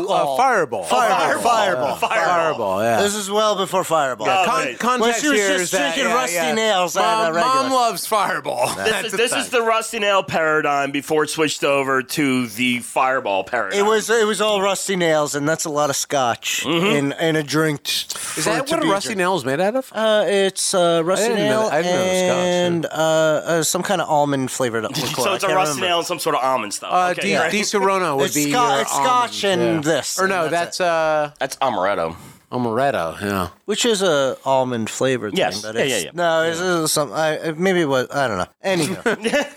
Speaker 4: Oh, uh, fireball.
Speaker 3: Fireball. Fireball.
Speaker 4: Fireball. Yeah.
Speaker 3: This is well before Fireball.
Speaker 2: Yeah,
Speaker 4: Con-
Speaker 2: Right.
Speaker 3: When
Speaker 4: context
Speaker 3: she was
Speaker 4: here
Speaker 3: just
Speaker 4: is that-
Speaker 3: drinking
Speaker 4: yeah,
Speaker 3: rusty
Speaker 4: yeah.
Speaker 3: nails at a
Speaker 4: Mom,
Speaker 3: regular.
Speaker 4: mom loves fireball. That's
Speaker 2: This,
Speaker 4: the
Speaker 2: is, this
Speaker 4: thing.
Speaker 2: is the Rusty Nail paradigm before it switched over to the Fireball paradigm.
Speaker 3: it was it was all rusty nails, and that's a lot of scotch
Speaker 4: Mm-hmm.
Speaker 3: in in a drink.
Speaker 4: Is that what a rusty nail is made out of?
Speaker 3: Uh, it's uh,
Speaker 4: I
Speaker 3: rusty
Speaker 4: didn't know
Speaker 3: nail
Speaker 4: that- I didn't know it was scotch,
Speaker 3: and uh, uh, some kind of almond flavored liqueur.
Speaker 2: so
Speaker 3: I
Speaker 2: it's a
Speaker 3: can't
Speaker 2: Rusty
Speaker 3: remember.
Speaker 2: Nail and some sort of almond stuff.
Speaker 4: Uh,
Speaker 2: okay,
Speaker 4: Di,
Speaker 2: right.
Speaker 4: Di Serono would
Speaker 3: It's
Speaker 4: be
Speaker 3: Sco-
Speaker 4: your
Speaker 3: it's Scotch
Speaker 4: almond,
Speaker 3: and
Speaker 4: yeah.
Speaker 3: this,
Speaker 4: Or no,
Speaker 3: and
Speaker 4: that's
Speaker 3: that's
Speaker 4: uh,
Speaker 2: That's amaretto.
Speaker 4: amaretto. Yeah.
Speaker 3: which is a almond flavored
Speaker 2: Yes.
Speaker 3: thing.
Speaker 2: Yeah,
Speaker 3: But it's,
Speaker 2: yeah, yeah.
Speaker 3: No, it's, it's some. I I- maybe it was. I don't know. Anyhow,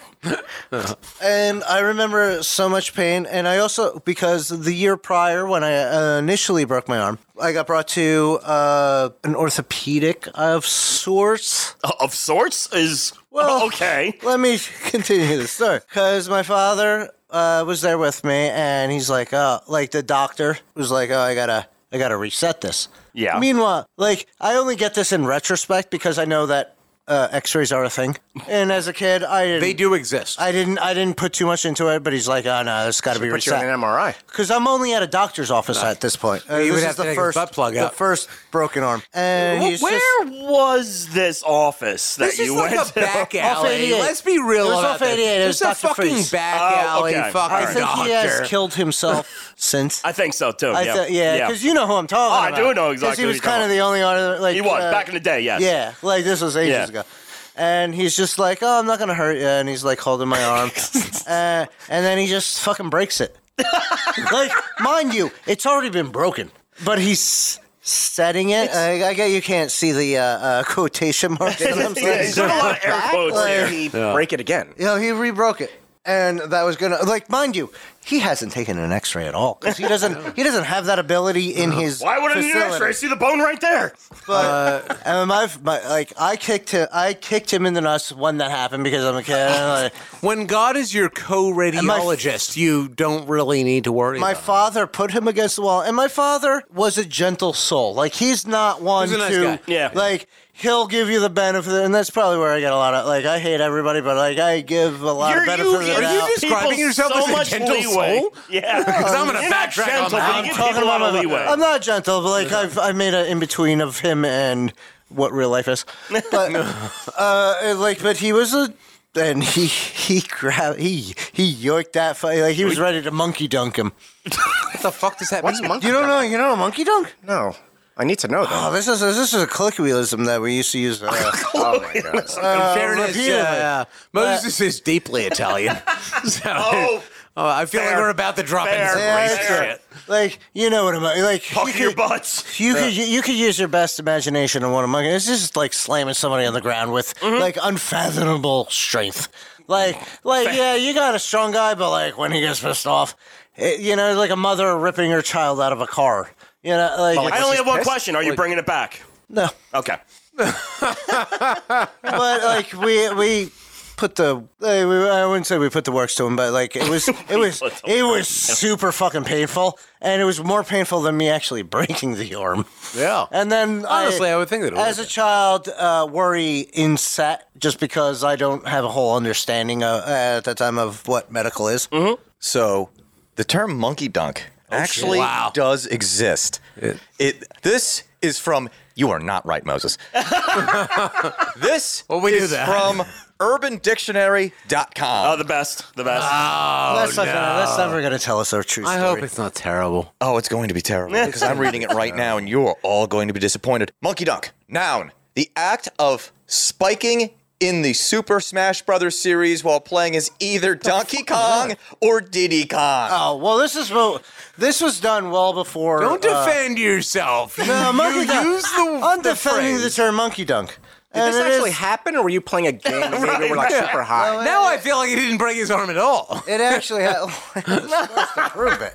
Speaker 3: and I remember so much pain, and I also because the year prior when I uh, initially broke my arm, I got brought to uh, an orthopedic of sorts.
Speaker 2: Of sorts is
Speaker 3: Well-
Speaker 2: okay.
Speaker 3: Let me continue the story. Because my father uh, was there with me, and he's like, oh, like the doctor was like, oh, I gotta, I gotta reset this.
Speaker 2: Yeah.
Speaker 3: Meanwhile, like I only get this in retrospect because I know that uh, X-rays are a thing. And as a kid, I didn't.
Speaker 4: They do exist.
Speaker 3: I didn't. I didn't put too much into it. But he's like, oh no, this got to be
Speaker 5: Put you in an
Speaker 3: reset.
Speaker 5: MRI.
Speaker 3: Because I'm only at a doctor's office at this point. Uh,
Speaker 4: you would
Speaker 3: this
Speaker 4: have
Speaker 3: is
Speaker 4: to
Speaker 3: the
Speaker 4: take his
Speaker 3: first
Speaker 4: butt plug
Speaker 3: The
Speaker 4: out.
Speaker 3: first broken arm. And
Speaker 2: Where
Speaker 3: he's just,
Speaker 2: was this office that
Speaker 4: This is
Speaker 2: you
Speaker 4: like
Speaker 2: went
Speaker 4: a
Speaker 2: to?
Speaker 4: back
Speaker 3: Off
Speaker 4: alley.
Speaker 3: 88.
Speaker 4: Let's be real
Speaker 3: It was
Speaker 4: about
Speaker 3: off
Speaker 4: this.
Speaker 3: 88. It was
Speaker 4: It's a
Speaker 3: Dr.
Speaker 4: fucking
Speaker 3: Freeze.
Speaker 4: back
Speaker 2: Oh,
Speaker 4: alley
Speaker 2: okay.
Speaker 4: fucking
Speaker 3: I think
Speaker 4: doctor.
Speaker 3: he has killed himself since.
Speaker 2: I think so too.
Speaker 3: I
Speaker 2: yeah,
Speaker 3: th- yeah, because you know who I'm talking
Speaker 2: Oh, I
Speaker 3: about.
Speaker 2: do know
Speaker 3: 'Cause
Speaker 2: exactly
Speaker 3: He
Speaker 2: who
Speaker 3: was
Speaker 2: you're talking
Speaker 3: kind of the only artist. Like
Speaker 2: he was
Speaker 3: uh,
Speaker 2: back in the day. Yes.
Speaker 3: Yeah, like this was ages
Speaker 2: Yeah.
Speaker 3: ago. And he's just like, oh, I'm not going to hurt you. And he's like holding my arm. uh, and then he just fucking breaks it. like, mind you, it's already been broken, but he's setting it. I, I get you can't see the uh, uh, quotation marks that I'm
Speaker 2: Yeah,
Speaker 3: saying.
Speaker 2: he's doing a lot of air quotes
Speaker 5: Like,
Speaker 2: there.
Speaker 5: he break it again.
Speaker 3: You know, he rebroke it. And that was gonna like, mind you, he hasn't taken an X-ray at all because he doesn't he doesn't have that ability in his.
Speaker 2: Why would I need an
Speaker 3: facility.
Speaker 2: X-ray? Uh, See the bone right there.
Speaker 3: But um, I've my, like I kicked him. I kicked him in the nuts when that happened because I'm a kid. And, like,
Speaker 4: When God is your
Speaker 3: my-
Speaker 4: co-radiologist, you don't really need to worry.
Speaker 3: my
Speaker 4: about it.
Speaker 3: father put him against the wall, and my father was a gentle soul. Like he's not one
Speaker 4: He's a nice
Speaker 3: to
Speaker 4: guy.
Speaker 2: Yeah.
Speaker 3: Like he'll give you the benefit, and that's probably where I get a lot of like I hate everybody, but like I give a lot
Speaker 2: You're
Speaker 3: of benefit.
Speaker 2: you,
Speaker 3: of the
Speaker 2: you're
Speaker 3: doubt.
Speaker 2: you
Speaker 4: describing yourself
Speaker 2: so
Speaker 4: as a
Speaker 2: much
Speaker 4: gentle
Speaker 2: leeway.
Speaker 4: soul?
Speaker 2: Yeah,
Speaker 4: Because I'm gonna
Speaker 2: You're not
Speaker 4: backtrack
Speaker 2: gentle,
Speaker 4: on
Speaker 2: but
Speaker 4: that.
Speaker 2: you give
Speaker 3: talking
Speaker 2: people a lot
Speaker 3: about
Speaker 2: of
Speaker 3: my-
Speaker 2: leeway.
Speaker 3: I'm not gentle, but like I've I made an in between of him and what real life is. But uh, and, like, but he was a. And he he grabbed he he yoinked that fight like he was ready to monkey dunk him.
Speaker 4: What the fuck does that
Speaker 5: What's
Speaker 4: mean?
Speaker 5: monkey?
Speaker 3: You don't know you don't know monkey dunk?
Speaker 5: No, I need to know though.
Speaker 3: Oh, this is this is a colloquialism that we used to use. Uh,
Speaker 5: Oh my god.
Speaker 4: In fairness,
Speaker 3: repeatedly.
Speaker 4: uh, Moses is deeply Italian. so,
Speaker 2: Oh,
Speaker 4: oh, I feel
Speaker 2: fair.
Speaker 4: like we're about to drop in
Speaker 2: Fair.
Speaker 4: some
Speaker 2: Yeah,
Speaker 4: racist
Speaker 2: that's
Speaker 4: shit.
Speaker 2: right.
Speaker 3: like you know what I'm like.
Speaker 2: Puck
Speaker 3: you
Speaker 2: your
Speaker 3: could-
Speaker 2: butts.
Speaker 3: You could you could use your best imagination on what a monkey. It's just like slamming somebody on the ground with like unfathomable strength. Like like yeah, you got a strong guy, but like when he gets pissed off, it, you know, like a mother ripping her child out of a car. You know, like,
Speaker 5: Well, like-
Speaker 2: I only
Speaker 5: She's
Speaker 2: have one
Speaker 5: pissed?
Speaker 2: question. Are you bringing it back?
Speaker 3: no,
Speaker 2: Okay.
Speaker 3: but like we we. Put the eh, we, I wouldn't say we put the works to him, but like it was it was
Speaker 2: put the
Speaker 3: it was super fucking painful, and it was more painful than me actually breaking the arm.
Speaker 4: Yeah.
Speaker 3: And then
Speaker 4: Honestly, I would think that it
Speaker 3: as
Speaker 4: would
Speaker 3: a child, uh, worry inset just because I don't have a whole understanding of, uh, at the time of what medical is.
Speaker 4: Mm-hmm.
Speaker 1: So the term monkey dunk actually
Speaker 4: Wow.
Speaker 1: does exist. Oh, It, this is from you are not right, Moses. this
Speaker 4: Well, we
Speaker 1: is
Speaker 4: knew that.
Speaker 1: from urbandictionary.com.
Speaker 2: Oh, the best. The best.
Speaker 3: that's, not gonna, that's never going to tell us our true story.
Speaker 4: Oh, I hope it's not terrible.
Speaker 1: Oh, it's going to be terrible because I'm reading it right now and you are all going to be disappointed. Monkey dunk, noun, the act of spiking in the Super Smash Brothers series while playing as either Donkey Kong or Diddy Kong.
Speaker 3: Oh well, this is what this was done well before.
Speaker 4: Don't
Speaker 3: uh,
Speaker 4: defend yourself.
Speaker 3: no, monkey dunk.
Speaker 4: use the-
Speaker 3: I'm
Speaker 4: the
Speaker 3: defending the
Speaker 4: phrase.
Speaker 3: term monkey dunk.
Speaker 5: Did
Speaker 3: And
Speaker 5: this
Speaker 3: it
Speaker 5: actually
Speaker 3: is-
Speaker 5: happen, or were you playing a game and maybe we're like super high?
Speaker 4: Now I feel like he didn't break his arm at all.
Speaker 3: It actually ha- supposed to prove it.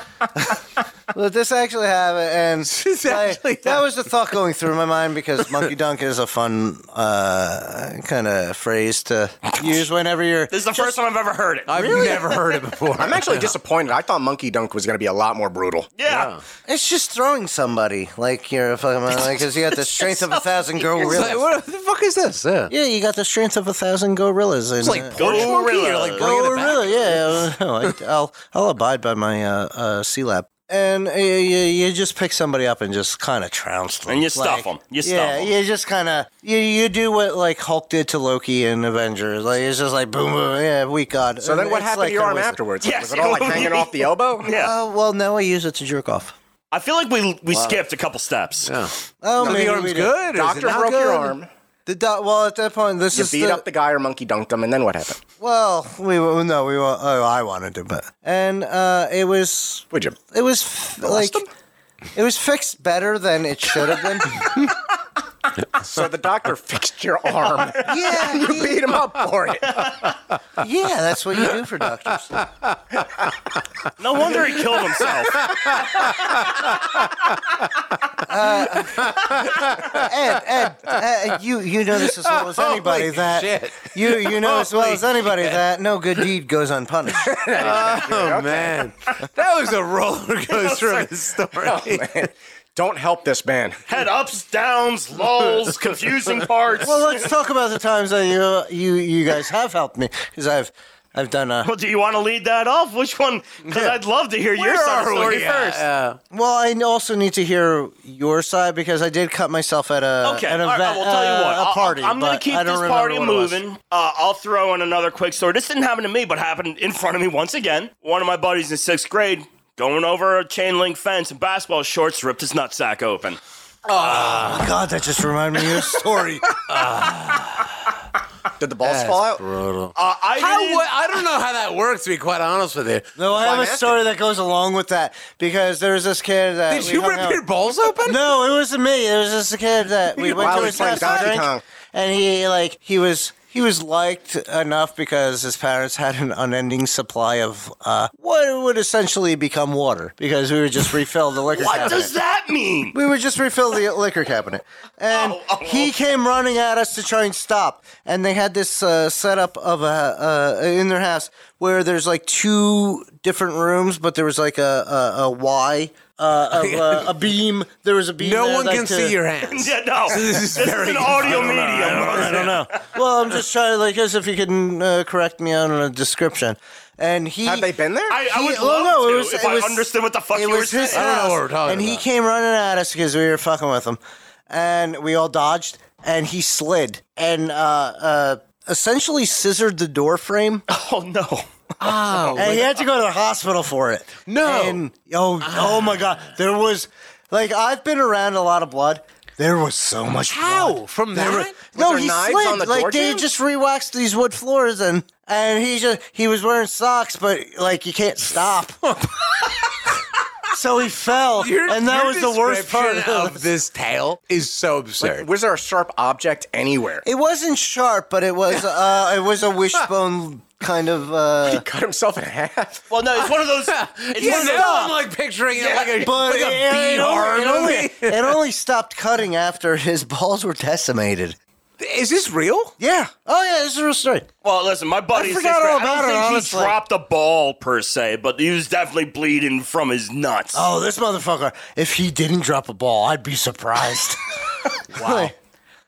Speaker 3: But this actually happened, and
Speaker 4: This
Speaker 3: like,
Speaker 4: actually
Speaker 3: that was the thought going through my mind because monkey dunk is a fun uh, kind of phrase to use whenever you're.
Speaker 2: this is the first time I've ever heard it.
Speaker 4: I've never heard it before.
Speaker 5: I'm actually disappointed. I thought Monkey Dunk was going to be a lot more brutal.
Speaker 2: yeah.
Speaker 3: It's just throwing somebody like you're a fucking like because you got the strength of a thousand
Speaker 4: It's like,
Speaker 3: gorillas.
Speaker 4: what the fuck is this? Yeah.
Speaker 3: Yeah, you got the strength of a thousand gorillas. And,
Speaker 4: It's like
Speaker 3: uh,
Speaker 4: porch monkey or like bringing it back.
Speaker 3: Gorilla, Oh, yeah. I- I'll I'll abide by my uh, uh, C-Lab. And uh, you, you just pick somebody up and just kind of trounce them.
Speaker 2: And you stuff 'em. You stuff
Speaker 3: yeah,
Speaker 2: 'em.
Speaker 3: you just kind of you, you do what like Hulk did to Loki in Avengers. Like it's just like boom, boom, yeah, we got.
Speaker 5: So then, what happened to your arm
Speaker 3: afterwards?
Speaker 5: afterwards?
Speaker 2: Yes,
Speaker 5: was it all like
Speaker 2: it was-
Speaker 5: hanging off the elbow?
Speaker 2: Yeah.
Speaker 3: Uh, well, now I use it to jerk off.
Speaker 2: I feel like we we skipped a couple steps.
Speaker 4: Yeah.
Speaker 3: Oh,
Speaker 4: So the
Speaker 3: maybe we
Speaker 4: arm's
Speaker 3: did.
Speaker 4: good. or is
Speaker 5: Doctor
Speaker 4: it not
Speaker 5: broke
Speaker 4: good?
Speaker 5: your arm.
Speaker 3: The doc- well, at that point, this
Speaker 5: You
Speaker 3: is
Speaker 5: beat
Speaker 3: the,
Speaker 5: up the guy or Monkey Dunked him, and then what happened?
Speaker 3: Well, we were no, we were. Oh, I wanted to, but and uh, it was
Speaker 5: Would you?
Speaker 3: It was f- like it was fixed better than it should have been.
Speaker 5: So the doctor fixed your arm.
Speaker 3: yeah,
Speaker 5: you beat him up for it.
Speaker 3: yeah, that's what you do for doctors.
Speaker 2: No wonder he killed himself.
Speaker 3: Ed, Ed, Ed, you you know this as well as anybody
Speaker 4: Holy
Speaker 3: that
Speaker 4: shit.
Speaker 3: you you know as well
Speaker 4: Holy
Speaker 3: as anybody that no good deed goes unpunished.
Speaker 4: Oh man, that was a roller coaster of a story.
Speaker 5: Don't help this man.
Speaker 2: Had ups, downs, lulls, confusing parts.
Speaker 3: Well, let's talk about the times that you you you guys have helped me because I've I've done a
Speaker 2: Well, do you want to lead that off? Which one? Because I'd love to hear your side
Speaker 5: are we?
Speaker 2: story
Speaker 5: Yeah,
Speaker 2: first.
Speaker 3: well. I also need to hear your side because I did cut myself at a
Speaker 2: Okay,
Speaker 3: at
Speaker 2: all
Speaker 3: a,
Speaker 2: right,
Speaker 3: va-
Speaker 2: I will tell you
Speaker 3: uh,
Speaker 2: what.
Speaker 3: a
Speaker 2: I'll-
Speaker 3: party.
Speaker 2: I'm going
Speaker 3: but
Speaker 2: to keep
Speaker 3: I don't
Speaker 2: this
Speaker 3: remember
Speaker 2: party
Speaker 3: what it was.
Speaker 2: moving. Uh, I'll throw in another quick story. This didn't happen to me, but happened in front of me once again. One of my buddies in sixth grade going over a chain link fence in basketball shorts ripped his nutsack open.
Speaker 3: God, that just reminded me of a story.
Speaker 5: Did the balls fall out?
Speaker 2: Uh, I
Speaker 4: How,
Speaker 2: didn't-
Speaker 4: wa- I don't know how that works, to be quite honest with you.
Speaker 3: No, I have
Speaker 5: I'm
Speaker 3: a
Speaker 5: asking.
Speaker 3: story that goes along with that because there was this kid that
Speaker 4: Did
Speaker 3: we
Speaker 4: you
Speaker 3: hung
Speaker 4: rip
Speaker 3: out-
Speaker 4: your balls open?
Speaker 3: No, it wasn't me. It was just a kid that we went
Speaker 5: Wow,
Speaker 3: to
Speaker 5: he's
Speaker 3: his
Speaker 5: playing
Speaker 3: house
Speaker 5: Donkey
Speaker 3: and drank,
Speaker 5: Kong.
Speaker 3: and he like he was he was liked enough because his parents had an unending supply of uh, what would essentially become water because we would just refill the liquor
Speaker 2: what
Speaker 3: cabinet.
Speaker 2: does that mean?
Speaker 3: we would just refill the liquor cabinet, and
Speaker 2: Oh, oh,
Speaker 3: he came running at us to try and stop. And they had this uh, setup of a uh, in their house where there's like two different rooms, but there was like a a, a Y. Uh, of, uh, a beam. There was a beam.
Speaker 4: No
Speaker 3: there,
Speaker 4: one
Speaker 3: like,
Speaker 4: can
Speaker 3: to-
Speaker 4: see your hands.
Speaker 2: Yeah, no. This is, an audio medium.
Speaker 3: I don't know. Well, I'm just trying to like, as if you can uh, correct me on a description. And he
Speaker 5: Have they been there?
Speaker 2: I, I
Speaker 3: He-
Speaker 2: would
Speaker 3: well,
Speaker 2: love
Speaker 3: no, it
Speaker 2: to
Speaker 3: was-
Speaker 2: if
Speaker 3: it
Speaker 2: I
Speaker 3: was-
Speaker 2: understood what the fuck
Speaker 3: it
Speaker 2: you were
Speaker 3: was his
Speaker 2: saying.
Speaker 4: don't know
Speaker 3: house,
Speaker 4: what we're talking
Speaker 3: and he
Speaker 4: about.
Speaker 3: came running at us because we were fucking with him, and we all dodged, and he slid and uh, uh, essentially scissored the door frame,
Speaker 2: Oh, no.
Speaker 3: and he had to go to the hospital for it.
Speaker 4: No.
Speaker 3: and oh, oh my god, there was like I've been around a lot of blood. There was so much blood.
Speaker 4: How? From
Speaker 3: They were-
Speaker 4: that?
Speaker 3: no,
Speaker 5: there
Speaker 3: he
Speaker 5: knives
Speaker 3: slid.
Speaker 5: on the
Speaker 3: like
Speaker 5: door
Speaker 3: they
Speaker 5: jam?
Speaker 3: just rewaxed these wood floors, and and he just he was wearing socks, but like you can't stop. so he fell,
Speaker 4: Your-
Speaker 3: and that
Speaker 4: your
Speaker 3: was the worst part.
Speaker 4: description of this tale is so absurd.
Speaker 5: Was there a sharp object anywhere?
Speaker 3: it wasn't sharp, but it was uh, it was a wishbone kind of. Uh,
Speaker 5: Cut himself in half.
Speaker 2: Well, no, it's one of those. It's
Speaker 4: yeah,
Speaker 2: one of
Speaker 4: now
Speaker 2: those
Speaker 4: I'm like picturing it like a
Speaker 3: But
Speaker 4: like a
Speaker 3: it- it,
Speaker 4: B horror
Speaker 3: only, it, only,
Speaker 4: movie.
Speaker 3: it only stopped cutting after his balls were decimated.
Speaker 4: Is this real?
Speaker 3: Yeah. Oh yeah, this is a real story.
Speaker 2: Well, listen, my buddy.
Speaker 3: I
Speaker 2: says
Speaker 3: forgot
Speaker 2: that-
Speaker 3: all
Speaker 2: I
Speaker 3: about
Speaker 2: don't
Speaker 3: it,
Speaker 2: think
Speaker 3: honestly.
Speaker 2: he dropped a ball per se, but he was definitely bleeding from his nuts.
Speaker 3: Oh, this motherfucker! If he didn't drop a ball, I'd be surprised. wow. Like,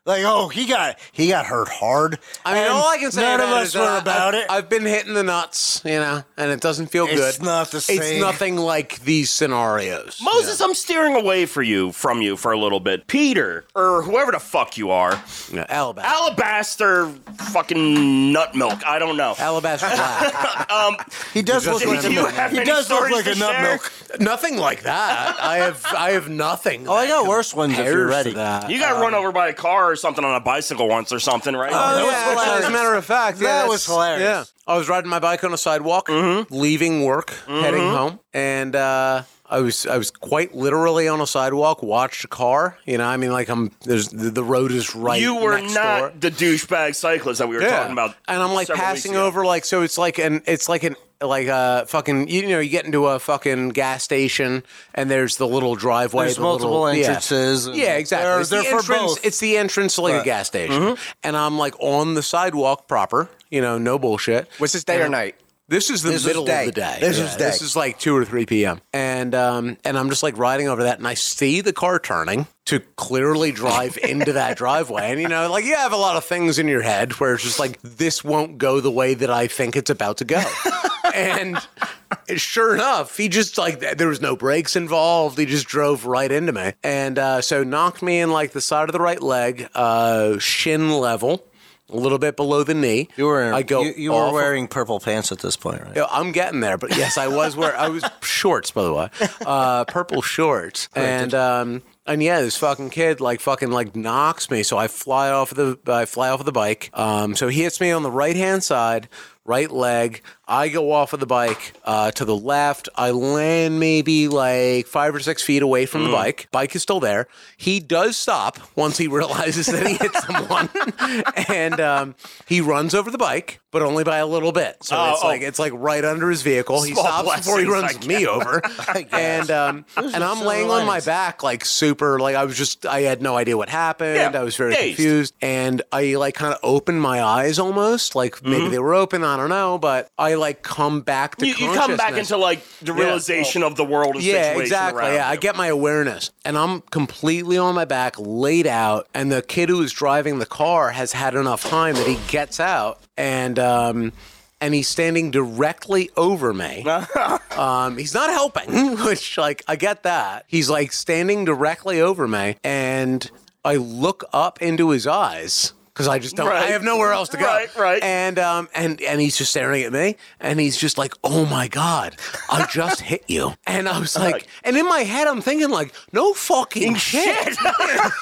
Speaker 3: like, oh, he got he got hurt hard.
Speaker 4: I mean,
Speaker 3: And
Speaker 4: all I can say
Speaker 3: none of
Speaker 4: about it
Speaker 3: us
Speaker 4: is
Speaker 3: were
Speaker 4: that I-
Speaker 3: about
Speaker 4: I've-
Speaker 3: it.
Speaker 4: I've been hitting the nuts, you know, and it doesn't feel good.
Speaker 3: It's not the same.
Speaker 4: It's nothing like these scenarios.
Speaker 2: Moses, I'm steering away for you from you for a little bit. Peter, or whoever the fuck you are,
Speaker 4: Yeah, Alabama.
Speaker 2: alabaster fucking nut milk. I don't know.
Speaker 4: Alabaster black.
Speaker 3: he does look
Speaker 4: just
Speaker 3: like
Speaker 4: went
Speaker 3: a
Speaker 2: Do you
Speaker 4: in the
Speaker 3: nut.
Speaker 4: milk.
Speaker 2: have
Speaker 3: He
Speaker 2: any
Speaker 3: does look
Speaker 2: stories
Speaker 3: like
Speaker 2: to
Speaker 3: a nut
Speaker 2: share?
Speaker 3: milk.
Speaker 4: nothing like that. I have I have nothing.
Speaker 3: Oh, I got worse ones if you're ready.
Speaker 4: That.
Speaker 2: You got run over by a car or something on a bicycle once or something, right?
Speaker 3: that was
Speaker 4: actually, Oh, As
Speaker 3: hilarious.
Speaker 4: a matter of fact, yeah,
Speaker 3: That
Speaker 4: that's-
Speaker 3: was hilarious.
Speaker 4: Yeah, I was riding my bike on a sidewalk, leaving work, heading home, and uh, I was I was quite literally on a sidewalk. Watched a car. You know, I mean, like I'm there's the, the road is right.
Speaker 2: you were
Speaker 4: next
Speaker 2: not
Speaker 4: door.
Speaker 2: the douchebag cyclist that we were talking about.
Speaker 4: And I'm like
Speaker 2: several weeks
Speaker 4: passing
Speaker 2: ago.
Speaker 4: over, like so. It's like an, it's like an, like a fucking. You know, you get into a fucking gas station, and there's the little driveway.
Speaker 3: There's
Speaker 4: the little-
Speaker 3: multiple
Speaker 4: yeah.
Speaker 3: entrances.
Speaker 4: Yeah, exactly.
Speaker 3: They're-
Speaker 4: it's
Speaker 3: they're
Speaker 4: the
Speaker 3: for
Speaker 4: entrance,
Speaker 3: both.
Speaker 4: It's the entrance to like a
Speaker 3: Right. Mm-hmm.
Speaker 4: gas station, and I'm like on the sidewalk proper. You know, no bullshit.
Speaker 5: Was this day or night?
Speaker 4: This is the
Speaker 3: This was
Speaker 4: middle
Speaker 3: day.
Speaker 4: of the day.
Speaker 3: This was
Speaker 4: This
Speaker 3: day.
Speaker 4: is like two or three p.m. and um, and I'm just like riding over that, and I see the car turning to clearly drive into that driveway, and you know, like you have a lot of things in your head where it's just like this won't go the way that I think it's about to go, and sure enough, he just like th- there was no brakes involved. He just drove right into me, and uh, so knocked me in like the side of the right leg, uh, shin level. A little bit below the knee.
Speaker 3: You were
Speaker 4: I go.
Speaker 3: you, you were
Speaker 4: off of-
Speaker 3: wearing purple pants at this point, right?
Speaker 4: yeah, I'm getting there, but yes, I was wearing I was shorts by the way, uh, purple shorts, and um, and yeah, this fucking kid like fucking like knocks me, so I fly off the I fly off of the bike. Um, so he hits me on the right hand side, right leg. I go off of the bike uh, to the left. I land maybe like five or six feet away
Speaker 2: Mm.
Speaker 4: from the bike. Bike is still there. He does stop once he realizes that he hit someone, and um, he runs over the bike, but only by a little bit. So
Speaker 2: Oh,
Speaker 4: it's
Speaker 2: oh.
Speaker 4: like it's like right under his vehicle. He
Speaker 2: Small
Speaker 4: stops before he
Speaker 2: blessings, I
Speaker 4: runs me over, and um, and I'm
Speaker 3: silver
Speaker 4: laying on my
Speaker 3: linings.
Speaker 4: back like super like I was just I had no idea what happened.
Speaker 2: Yeah,
Speaker 4: I was very
Speaker 2: dazed.
Speaker 4: confused, and I like kind of opened my eyes almost like maybe they were open. I don't know, but I like come back to
Speaker 2: Mm-hmm. You, you come back
Speaker 4: consciousness.
Speaker 2: into like the
Speaker 4: Yeah.
Speaker 2: realization of the world and
Speaker 4: yeah,
Speaker 2: situation
Speaker 4: exactly.
Speaker 2: around
Speaker 4: Yeah, I
Speaker 2: you.
Speaker 4: get my awareness, and I'm completely on my back, laid out. And the kid who is driving the car has had enough time that he gets out, and um, and he's standing directly over me. um, he's not helping, which like I get that. He's like standing directly over me, and I look up into his eyes. Because I just don't, I
Speaker 2: Right.
Speaker 4: have nowhere else to go.
Speaker 2: Right, right.
Speaker 4: And um, and and he's just staring at me, and he's just like, "Oh my god, I just hit you!" And I was like, and in my head, I'm thinking like, "No fucking shit!"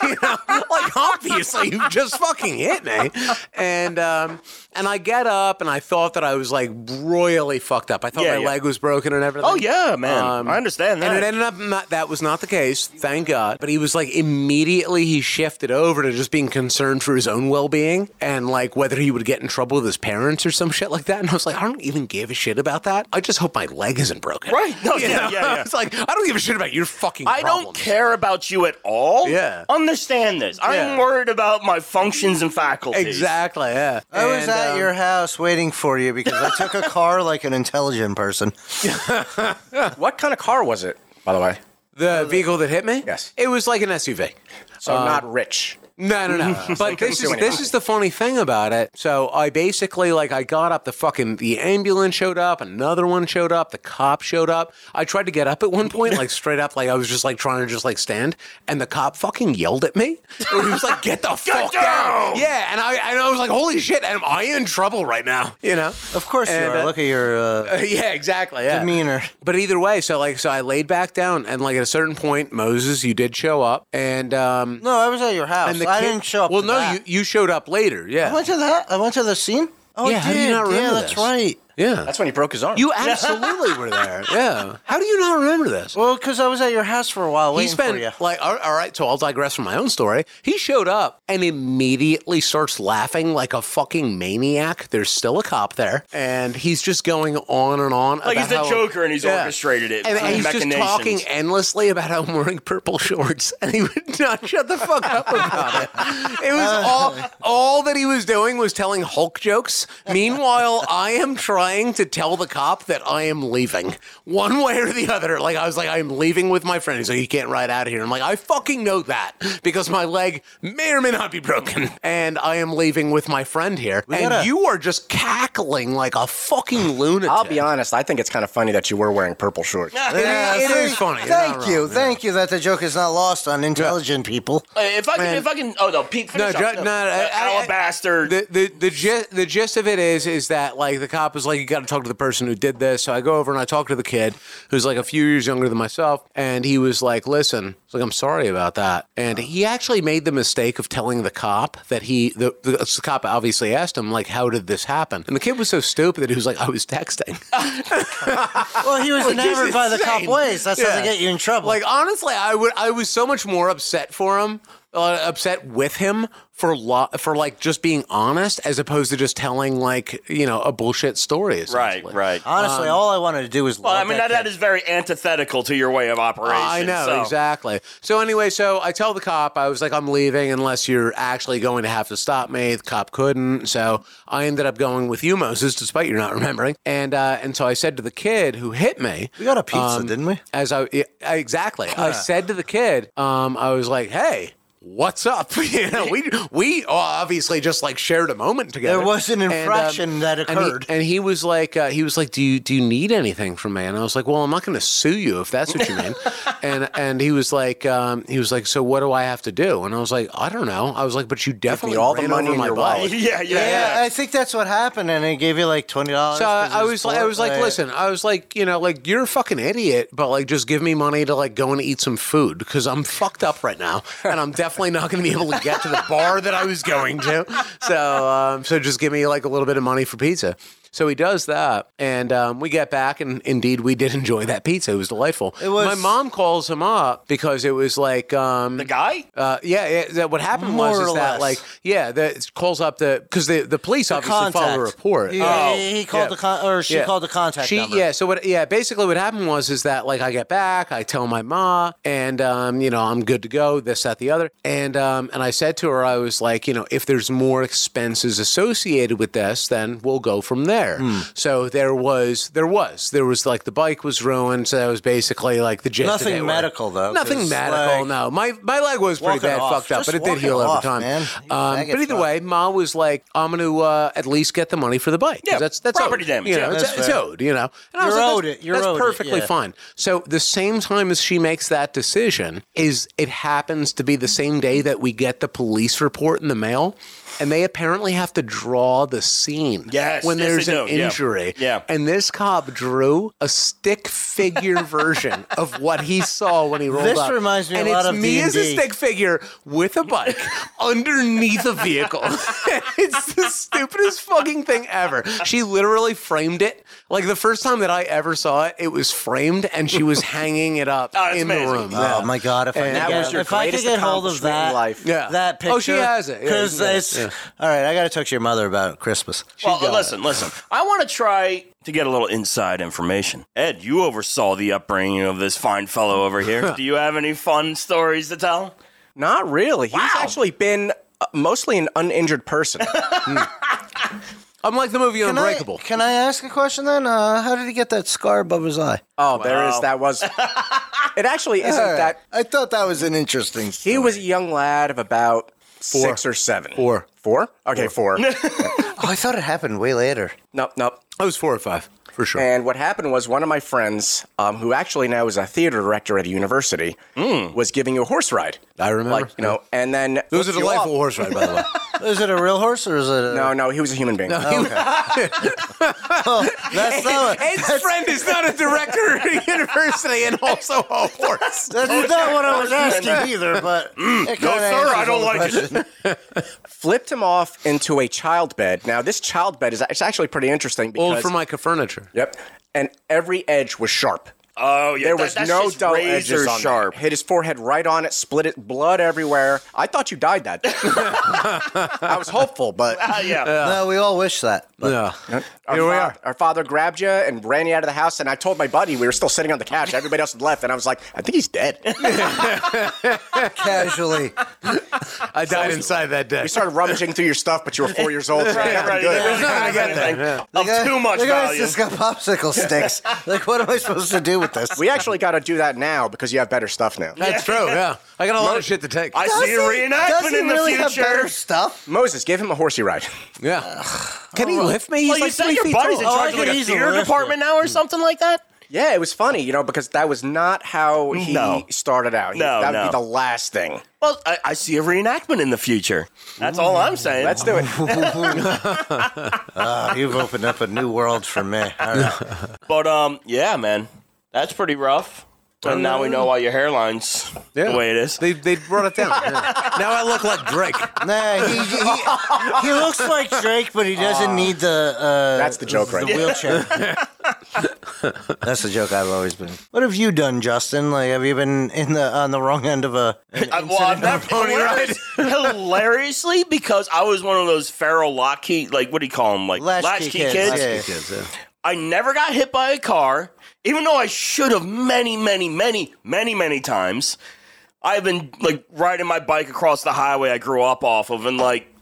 Speaker 4: you know? Like obviously, you just fucking hit me. And um, and I get up, and I thought that I was like royally fucked up. I thought
Speaker 2: Yeah,
Speaker 4: my
Speaker 2: yeah.
Speaker 4: leg was broken and everything.
Speaker 2: Oh yeah, man.
Speaker 4: Um,
Speaker 2: I understand that.
Speaker 4: And it ended up not, that was not the case, thank God. But he was like immediately he shifted over to just being concerned for his own well being and like whether he would get in trouble with his parents or some shit like that. And I was like, I don't even give a shit about that. I just hope my leg isn't broken.
Speaker 2: Right. No,
Speaker 4: You
Speaker 2: yeah,
Speaker 4: know?
Speaker 2: yeah, yeah.
Speaker 4: I was like, I don't give a shit about your fucking.
Speaker 2: I don't
Speaker 4: problems.
Speaker 2: care about you at all.
Speaker 4: Yeah.
Speaker 2: Understand this. I'm
Speaker 4: Yeah.
Speaker 2: worried about my functions and faculties.
Speaker 4: Exactly. Yeah.
Speaker 3: I was
Speaker 4: And,
Speaker 3: at
Speaker 4: um,
Speaker 3: Oh, your house waiting for you because I took a car like an intelligent person.
Speaker 5: What kind of car was it, by the way?
Speaker 4: the vehicle that hit me.
Speaker 5: Yes.
Speaker 4: It was like an SUV.
Speaker 5: So not rich.
Speaker 4: No, no, no. but this
Speaker 5: do
Speaker 4: is this
Speaker 5: anything.
Speaker 4: is the funny thing about it. So I basically like I got up. The fucking the ambulance showed up. Another one showed up. The cop showed up. I tried to get up at one point, like straight up, like I was just like trying to just like stand, and the cop fucking yelled at me. He was like, "Get the fuck down!" Yeah, and I and I was like, "Holy shit, am I in trouble right now?" You know.
Speaker 3: Of course
Speaker 4: And,
Speaker 3: you are.
Speaker 4: uh,
Speaker 3: Look at your uh,
Speaker 4: yeah, exactly. Yeah.
Speaker 3: demeanor.
Speaker 4: But either way, so like, so I laid back down, and like at a certain point, Moses, you did show up, and um,
Speaker 3: No, I was at your house.
Speaker 4: and the
Speaker 3: I
Speaker 4: kid-
Speaker 3: didn't show up.
Speaker 4: Well,
Speaker 3: to
Speaker 4: no,
Speaker 3: that.
Speaker 4: you you showed up later. Yeah.
Speaker 3: I went to that. I went to the scene. Oh,
Speaker 4: Yeah,
Speaker 3: I
Speaker 4: how do you
Speaker 3: did.
Speaker 4: not remember
Speaker 3: Yeah, that's
Speaker 4: this?
Speaker 3: right.
Speaker 4: Yeah.
Speaker 5: That's when he broke his arm.
Speaker 4: you absolutely were there. Yeah. How do you not remember this?
Speaker 3: Well, because I was at your house for a while
Speaker 4: He
Speaker 3: waiting for
Speaker 4: spent
Speaker 3: you.
Speaker 4: like all all right, so I'll digress from my own story. He showed up and immediately starts laughing like a fucking maniac. There's still a cop there, and he's just going on and on.
Speaker 2: Like he's
Speaker 4: about
Speaker 2: the
Speaker 4: how-
Speaker 2: Joker and he's
Speaker 4: Yeah.
Speaker 2: orchestrated it.
Speaker 4: And
Speaker 2: through
Speaker 4: he's just
Speaker 2: machinations.
Speaker 4: talking endlessly about how I'm wearing purple shorts, and he would not shut the fuck up about it. It
Speaker 5: Uh.
Speaker 4: was all all that he was doing was telling Hulk jokes. Meanwhile, I am trying to tell the cop that I am leaving, one way or the other. Like I was like, I'm leaving with my friend. He's like, you can't ride out of here. I'm like, I fucking know that because my leg may or may not be broken, and I am leaving with my friend here. And
Speaker 3: gotta-
Speaker 4: you are just cackling like a fucking lunatic.
Speaker 5: I'll be honest. I think it's kind of funny that you were wearing purple shorts.
Speaker 4: It is- it is funny. You're not
Speaker 3: Thank you,
Speaker 4: wrong.
Speaker 3: thank you that the joke is not lost on intelligent people.
Speaker 2: Uh, If I can, if I can, oh no, Pete,
Speaker 4: No,
Speaker 2: finish
Speaker 4: ju-
Speaker 2: up.
Speaker 4: no,
Speaker 2: Uh,
Speaker 4: I- I-
Speaker 2: alabaster.
Speaker 4: The the the gist, the gist of it is is that like the cop was like, you got to talk to the person who did this. So I go over and I talk to the kid who's like a few years younger than myself, and he was like, listen, it's like I'm sorry about that, and he actually made the mistake of telling the cop that he the, the, the cop obviously asked him like, how did this happen? And the kid was so stupid that he was like, I was texting.
Speaker 3: Well, he was
Speaker 4: Which is
Speaker 3: enamored by the cop
Speaker 4: insane.
Speaker 3: ways. That's how
Speaker 4: Yeah.
Speaker 3: they get you in trouble.
Speaker 4: Like honestly, I would I was so much more upset for him, uh, upset with him for lo- for like just being honest as opposed to just telling like you know a bullshit story.
Speaker 2: right,
Speaker 4: essentially.
Speaker 2: right.
Speaker 4: Um,
Speaker 3: honestly, all I wanted to do was.
Speaker 2: Well, I
Speaker 3: love
Speaker 2: mean that,
Speaker 3: kid.
Speaker 2: that is very antithetical to your way of operation.
Speaker 4: I know
Speaker 2: so.
Speaker 4: exactly. So anyway, so I tell the cop I was like, I'm leaving unless you're actually going to have to stop me. The cop couldn't, so I ended up going with you, Moses, despite you not remembering. And uh, and so I said to the kid who hit me, um,
Speaker 3: We got a pizza, didn't we?
Speaker 4: as I yeah, exactly, I said to the kid, um, I was like, "Hey, what's up?" you know, we we obviously just like shared a moment together.
Speaker 3: There was an
Speaker 4: And, um,
Speaker 3: infraction that
Speaker 4: and he-
Speaker 3: occurred.
Speaker 4: and he was like, uh, he was like, "Do you do you need anything from me?" And I was like, "Well, I'm not going to sue you if that's what you mean." and and he was like, um, he was like, "So what do I have to do?" And I was like, "I don't know." I was like, "But you definitely
Speaker 5: all the
Speaker 4: ran
Speaker 5: money
Speaker 4: over
Speaker 5: in
Speaker 4: my
Speaker 5: your
Speaker 4: body."
Speaker 5: wallet.
Speaker 2: Yeah, yeah,
Speaker 3: yeah,
Speaker 2: yeah.
Speaker 3: I think that's what happened, and he gave you like twenty dollars.
Speaker 4: So I was like, I was like, listen, I was like, you know, like you're a fucking idiot, but like just give me money to like go and eat some food because I'm fucked up right now and I'm definitely not going to be able to get to the bar that I was going to. So, um, so just give me like a little bit of money for pizza. So he does that, and um, we get back, and indeed we did enjoy that pizza. It was delightful. It
Speaker 3: was-
Speaker 4: My mom calls him up because it was like um,
Speaker 2: The guy.
Speaker 4: uh, yeah, yeah, that what happened
Speaker 3: More
Speaker 4: was
Speaker 3: or
Speaker 4: is that like
Speaker 3: less.
Speaker 4: yeah, that calls up the because the the police obviously
Speaker 3: contact.
Speaker 4: follow a report. Oh.
Speaker 3: He, he called
Speaker 4: yeah.
Speaker 3: the con- or she
Speaker 4: Yeah.
Speaker 3: called the contact
Speaker 4: She
Speaker 3: number.
Speaker 4: yeah. So what? Yeah. Basically, what happened was is that like I get back, I tell my ma, and um, you know I'm good to go. This, that, the other, and um, and I said to her, I was like, you know, if there's more expenses associated with this, then we'll go from there.
Speaker 3: Hmm.
Speaker 4: So there was, there was, there was like the bike was ruined. So that was basically like the gist. of
Speaker 3: Nothing
Speaker 4: it, where-
Speaker 3: medical, though,
Speaker 4: Nothing
Speaker 3: 'cause,
Speaker 4: medical.
Speaker 3: like,
Speaker 4: no, my my leg was pretty
Speaker 3: walk it
Speaker 4: bad,
Speaker 3: off.
Speaker 4: fucked up,
Speaker 3: Just
Speaker 4: but it did
Speaker 3: walk
Speaker 4: heal
Speaker 3: it
Speaker 4: over
Speaker 3: off,
Speaker 4: time.
Speaker 3: man. You
Speaker 4: Um,
Speaker 3: faggot
Speaker 4: but either
Speaker 3: fuck.
Speaker 4: way, Ma was like, "I'm going to uh, at least get the money for the bike. 'cause
Speaker 2: Yeah,
Speaker 4: that's that's
Speaker 2: property
Speaker 4: owed.
Speaker 2: damage,
Speaker 4: You
Speaker 2: yeah.
Speaker 4: know, it's,
Speaker 3: That's
Speaker 4: it's
Speaker 3: fair.
Speaker 4: owed. You know, and I
Speaker 3: You're
Speaker 4: was like,
Speaker 3: owed
Speaker 4: that's,
Speaker 3: it. You're
Speaker 4: that's
Speaker 3: owed it,
Speaker 4: perfectly
Speaker 3: yeah.
Speaker 4: fine. So the same time as she makes that decision is it happens to be the same day that we get the police report in the mail, and they apparently have to draw the scene.
Speaker 2: Yes,
Speaker 4: when
Speaker 2: yes,
Speaker 4: there's
Speaker 2: they
Speaker 4: an
Speaker 2: do, yeah.
Speaker 4: injury.
Speaker 2: Yeah.
Speaker 4: and this cop drew a stick figure version of what he saw when he rolled
Speaker 3: This
Speaker 4: up.
Speaker 3: reminds me a
Speaker 4: and
Speaker 3: lot
Speaker 4: it's
Speaker 3: of
Speaker 4: me as a
Speaker 3: D&D.
Speaker 4: stick figure with a bike underneath a vehicle. it's the stupidest fucking thing ever. She literally framed it. Like the first time that I ever saw it, it was framed and she was hanging it up
Speaker 2: Oh, that's
Speaker 4: in
Speaker 2: amazing.
Speaker 4: the room.
Speaker 3: Oh my god! If I
Speaker 4: And
Speaker 3: could
Speaker 4: that
Speaker 3: get,
Speaker 5: was your
Speaker 3: if I could
Speaker 5: greatest
Speaker 3: get hold of
Speaker 5: accomplishment in
Speaker 3: that,
Speaker 5: life.
Speaker 4: Yeah.
Speaker 3: that picture.
Speaker 4: Oh, she has it. Yeah, you can
Speaker 3: Because
Speaker 4: get it.
Speaker 3: it's all right. I got to talk to your mother about it, Christmas.
Speaker 2: well, listen, listen. I want to try to get a little inside information. Ed, you oversaw the upbringing of this fine fellow over here. Do you have any fun stories to tell?
Speaker 5: Not really.
Speaker 2: Wow.
Speaker 5: He's actually been uh, mostly an uninjured person.
Speaker 4: I'm like the movie
Speaker 3: Can I-
Speaker 4: Unbreakable.
Speaker 3: Can I ask a question then? Uh, how did he get that scar above his eye?
Speaker 5: oh, there is that was. It actually isn't that.
Speaker 3: I thought that was an interesting.
Speaker 5: He was a young lad of about six or seven.
Speaker 4: Four.
Speaker 5: Four? Okay, four.
Speaker 3: Oh, I thought it happened way later.
Speaker 5: nope, nope.
Speaker 4: I was four or five for sure.
Speaker 5: And what happened was one of my friends, um, who actually now is a theater director at a university, was giving you a horse ride.
Speaker 4: I remember.
Speaker 5: Like, you know, and then.
Speaker 4: it was a delightful horse ride, by the way.
Speaker 3: Is it a real horse or is it? A,
Speaker 5: No, no, he was a human being.
Speaker 3: that's not. what-
Speaker 4: Ed's friend is not a director at a university and also a horse.
Speaker 3: That's not what I was asking either. But it kinda
Speaker 2: sir, I
Speaker 3: answers
Speaker 2: don't
Speaker 3: all the
Speaker 2: like it.
Speaker 3: questions.
Speaker 5: Flipped him off into a child bed. Now, this child bed is it's actually pretty interesting because.
Speaker 4: Old for Micah furniture.
Speaker 5: Yep. And every edge was sharp.
Speaker 2: Oh, yeah.
Speaker 5: There
Speaker 2: that-
Speaker 5: was
Speaker 2: that's
Speaker 5: no
Speaker 2: just
Speaker 5: dull
Speaker 2: razor
Speaker 5: edges on
Speaker 2: sharp.
Speaker 5: That. Hit his forehead right on it, split it, blood everywhere. I thought you died that day. I was hopeful, but
Speaker 2: Ah, yeah.
Speaker 3: No, we all wish that. But
Speaker 4: Yeah.
Speaker 5: our,
Speaker 4: Here we
Speaker 5: fa-
Speaker 4: are.
Speaker 5: our father grabbed you and ran you out of the house. And I told my buddy we were still sitting on the couch. Everybody else had left, and I was like, I think he's dead.
Speaker 3: casually,
Speaker 4: I died inside that day.
Speaker 5: we started rummaging through your stuff, but you were four years old. So
Speaker 2: Right,
Speaker 5: you had
Speaker 2: right.
Speaker 5: nothing
Speaker 2: There was
Speaker 5: good.
Speaker 2: nothing
Speaker 4: get there,
Speaker 2: anything
Speaker 3: The
Speaker 2: Of
Speaker 3: guy-
Speaker 2: too much
Speaker 3: the guy's
Speaker 2: value.
Speaker 3: just got popsicle sticks. like, what am I supposed to do with this?
Speaker 5: We actually got to do that now because you have better stuff now.
Speaker 4: That's true. Yeah, I got a lot of shit to take.
Speaker 2: I
Speaker 3: Does
Speaker 2: see a
Speaker 3: he- does
Speaker 2: reenactment
Speaker 3: he
Speaker 2: in the
Speaker 3: really have
Speaker 2: future.
Speaker 3: better stuff?
Speaker 5: Moses, give him a horsey ride.
Speaker 4: yeah. Can he lift me? He's
Speaker 2: Well, you
Speaker 4: like
Speaker 2: said
Speaker 4: three
Speaker 2: your
Speaker 4: feet
Speaker 2: buddy's in
Speaker 4: tall.
Speaker 3: Oh, I
Speaker 2: charge of
Speaker 3: could
Speaker 2: like a
Speaker 3: easily
Speaker 2: theater
Speaker 3: lift it.
Speaker 2: department now or something like that?
Speaker 5: Yeah, it was funny, you know, because that was not how he
Speaker 2: No.
Speaker 5: started out. He-
Speaker 2: No,
Speaker 5: that would
Speaker 2: no.
Speaker 5: be the last thing.
Speaker 2: Well, I, I see a reenactment in the future. That's all I'm saying.
Speaker 5: Let's do it.
Speaker 3: Ah, you've opened up a new world for me. All right.
Speaker 2: But um, yeah, man, that's pretty rough. And uh, now we know why your hairline's the way it is.
Speaker 4: They they brought it down. yeah. Now I look like Drake.
Speaker 3: Nah, he, he, he looks like Drake, but he doesn't need the. Uh,
Speaker 5: That's the joke right
Speaker 3: the
Speaker 5: there.
Speaker 3: wheelchair. That's the joke I've always been. What have you done, Justin? Like, have you been in the on the wrong end of a? an
Speaker 2: I, well, I'm
Speaker 3: incident?
Speaker 2: not pony hilarious, hilariously because I was one of those feral lockheed, like what do you call them, like
Speaker 3: Latchkey kids, yeah.
Speaker 4: These kids, yeah.
Speaker 2: I never got hit by a car, even though I should have many, many, many, many, many times. I've been like riding my bike across the highway I grew up off of and like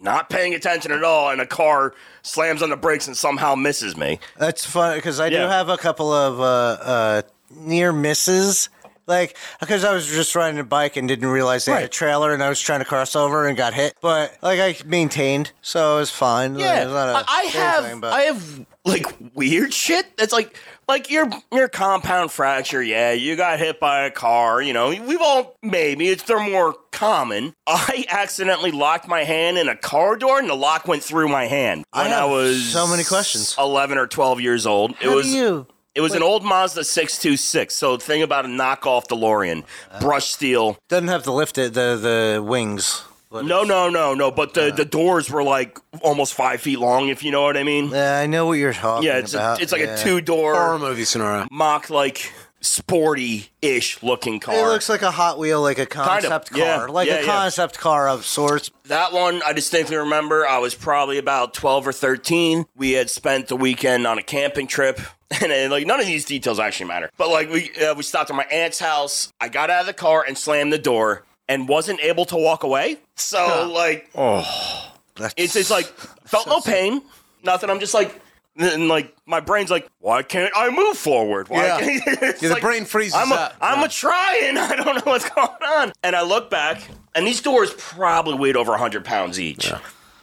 Speaker 2: not paying attention at all, and a car slams on the brakes and somehow misses me.
Speaker 3: That's fun because I do
Speaker 2: Yeah.
Speaker 3: have a couple of uh, uh, near misses. Like, because I was just riding a bike and didn't realize they had a
Speaker 2: Right.
Speaker 3: trailer, and I was trying to cross over and got hit. But like, I maintained, so it was fine. Like, it was not a
Speaker 2: I I
Speaker 3: big
Speaker 2: have
Speaker 3: thing, but-
Speaker 2: I have like weird shit that's like like your your compound fracture. Yeah, you got hit by a car. You know, we've all maybe it's they're more common. I accidentally locked my hand in a car door, and the lock went through my hand
Speaker 3: I
Speaker 2: when I,
Speaker 3: have
Speaker 2: was
Speaker 3: so many questions.
Speaker 2: Eleven or twelve years old.
Speaker 3: How
Speaker 2: it was
Speaker 3: do you?
Speaker 2: it was an old Mazda six two six. So think about a knockoff DeLorean,
Speaker 3: Uh,
Speaker 2: brush steel.
Speaker 3: Doesn't have to lift it. The the wings. But-
Speaker 2: No, no, no, no. But the the doors were like almost five feet long, if you know what I mean.
Speaker 3: Yeah, I know what you're talking
Speaker 2: Yeah, it's a,
Speaker 3: about.
Speaker 2: it's like
Speaker 3: Yeah.
Speaker 2: a two
Speaker 4: Horror
Speaker 2: door
Speaker 4: movie scenario.
Speaker 2: mock like sporty ish looking car.
Speaker 3: It looks like a Hot Wheel, like a
Speaker 2: of,
Speaker 3: concept
Speaker 2: yeah,
Speaker 3: car, like
Speaker 2: yeah,
Speaker 3: a
Speaker 2: yeah.
Speaker 3: concept car of sorts.
Speaker 2: that one I distinctly remember. I was probably about twelve or thirteen. We had spent the weekend on a camping trip. And then, like none of these details actually matter, but like we uh, we stopped at my aunt's house. I got out of the car and slammed the door, and wasn't able to walk away. So like
Speaker 3: Oh. That's,
Speaker 2: it's it's like felt no pain, nothing. I'm just like And, then, like my brain's like, why can't I move forward? Why
Speaker 4: Yeah.
Speaker 2: can't-" It's
Speaker 4: Yeah, the brain freezes
Speaker 2: I'm a,
Speaker 4: up.
Speaker 2: am a trying. I don't know what's going on. And I look back, and these doors probably weighed over 100 pounds each.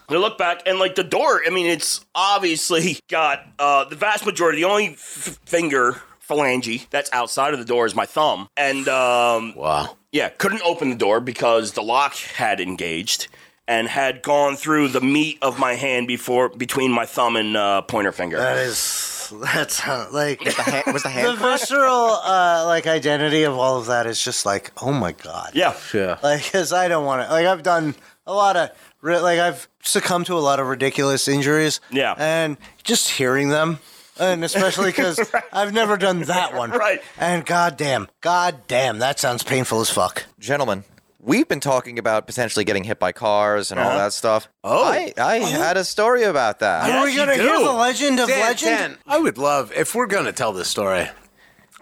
Speaker 2: I look back, and like the door, I mean, it's obviously got uh, the vast majority, the only f- finger phalange that's outside of the door is my thumb. And um,
Speaker 4: Wow.
Speaker 2: yeah, couldn't open the door because the lock had engaged and had gone through the meat of my hand before between my thumb and uh, pointer finger.
Speaker 3: That is that's uh, like
Speaker 5: The hand, was the
Speaker 3: the
Speaker 5: hand?
Speaker 3: visceral uh, like identity of all of that is just like oh my god.
Speaker 2: yeah.
Speaker 4: Yeah.
Speaker 3: Like, cause I don't want to. Like, I've done a lot of, ri- like, I've succumbed to a lot of ridiculous injuries.
Speaker 2: Yeah.
Speaker 3: And just hearing them, and especially because I've never done that one.
Speaker 2: Right.
Speaker 3: And goddamn, goddamn, that sounds painful as fuck.
Speaker 1: Gentlemen, we've been talking about potentially getting hit by cars and
Speaker 4: Uh-huh.
Speaker 1: all that stuff.
Speaker 2: Oh.
Speaker 1: I, I had a story about that.
Speaker 3: Are we
Speaker 2: you
Speaker 3: gonna hear
Speaker 2: do.
Speaker 3: the legend of
Speaker 4: Dan,
Speaker 3: legend?
Speaker 4: Dan, I would love if we're gonna tell this story.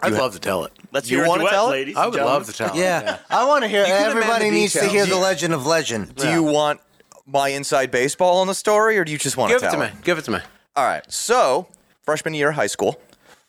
Speaker 4: I'd love to tell it.
Speaker 2: Let's
Speaker 1: You
Speaker 2: hear a
Speaker 1: wanna
Speaker 2: duet,
Speaker 1: tell it?
Speaker 2: ladies.
Speaker 4: I
Speaker 2: and
Speaker 4: would
Speaker 2: gentlemen.
Speaker 4: love to tell.
Speaker 3: Yeah,
Speaker 4: it.
Speaker 3: I want to hear.
Speaker 4: can amend
Speaker 3: Everybody
Speaker 4: the
Speaker 3: needs to hear
Speaker 4: details.
Speaker 3: the legend of legend.
Speaker 1: Do you want my inside baseball on the story, or do you just want
Speaker 4: Give
Speaker 1: to
Speaker 4: it to
Speaker 1: tell
Speaker 4: me. Give it to me.
Speaker 1: All right. So, freshman year of high school,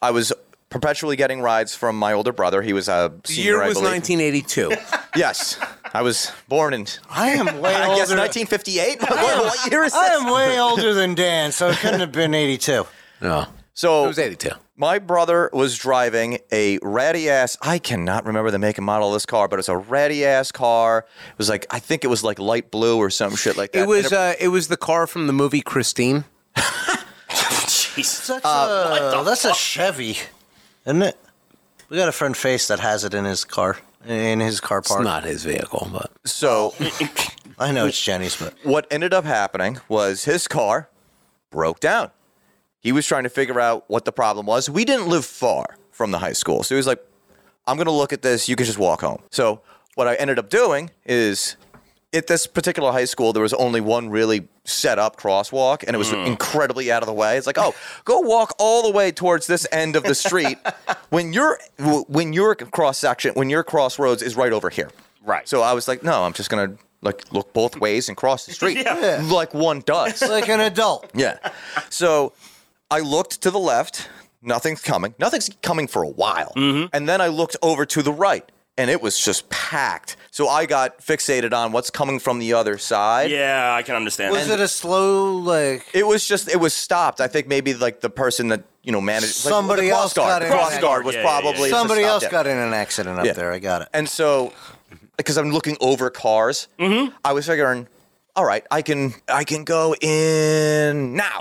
Speaker 1: I was perpetually getting rides from my older brother. He was a
Speaker 4: The
Speaker 1: senior,
Speaker 4: year
Speaker 1: I
Speaker 4: was
Speaker 1: believe.
Speaker 4: 1982.
Speaker 1: Yes, I was born in.
Speaker 3: I am way
Speaker 1: I guess
Speaker 3: older.
Speaker 1: 1958. What, what year is
Speaker 3: I
Speaker 1: this?
Speaker 3: am way older than Dan, so it couldn't have been eighty-two.
Speaker 4: no, it
Speaker 1: So
Speaker 4: was 82.
Speaker 1: my brother was driving a ratty ass. I cannot remember the make and model of this car, but it's a ratty ass car. It was like I think it was like light blue or some shit like that.
Speaker 4: It was.
Speaker 1: And
Speaker 4: Uh, it was the car from the movie Christine.
Speaker 2: Jeez.
Speaker 3: That's, a, that's a Chevy, isn't it? We got a friend face that has it in his car, in his car
Speaker 4: It's
Speaker 3: park.
Speaker 4: not his vehicle, but
Speaker 1: so
Speaker 3: I know it's Jenny's, but
Speaker 1: what ended up happening was his car broke down. He was trying to figure out what the problem was. We didn't live far from the high school. So he was like, I'm going to look at this. You can just walk home. So what I ended up doing is at this particular high school, there was only one really set up crosswalk and it was
Speaker 2: Hmm.
Speaker 1: incredibly out of the way. It's like, oh, go walk all the way towards this end of the street when your when your cross section, when your crossroads is right over here.
Speaker 2: Right.
Speaker 1: So I was like, no, I'm just gonna like look both ways and cross the street
Speaker 2: Yeah.
Speaker 1: like one does.
Speaker 3: like an adult.
Speaker 1: yeah. So I looked to the left. Nothing's coming. Nothing's coming for a while.
Speaker 2: Mm-hmm.
Speaker 1: And then I looked over to the right and it was just packed. So I got fixated on what's coming from the other side.
Speaker 2: Yeah, I can understand.
Speaker 3: Was
Speaker 2: that.
Speaker 3: it a slow like?
Speaker 1: It was just it was stopped. I think maybe like the person that you know managed like,
Speaker 3: Somebody
Speaker 1: the cross
Speaker 3: else
Speaker 1: guard.
Speaker 3: got
Speaker 1: the
Speaker 3: in
Speaker 1: cross
Speaker 3: that.
Speaker 1: guard was
Speaker 2: Yeah, yeah, yeah.
Speaker 1: probably just
Speaker 3: Somebody
Speaker 1: stopped
Speaker 3: else
Speaker 1: it.
Speaker 3: got in an accident up
Speaker 1: Yeah.
Speaker 3: there. I got it.
Speaker 1: And so, because I'm looking over cars, I was figuring, all right, I can I can go in now,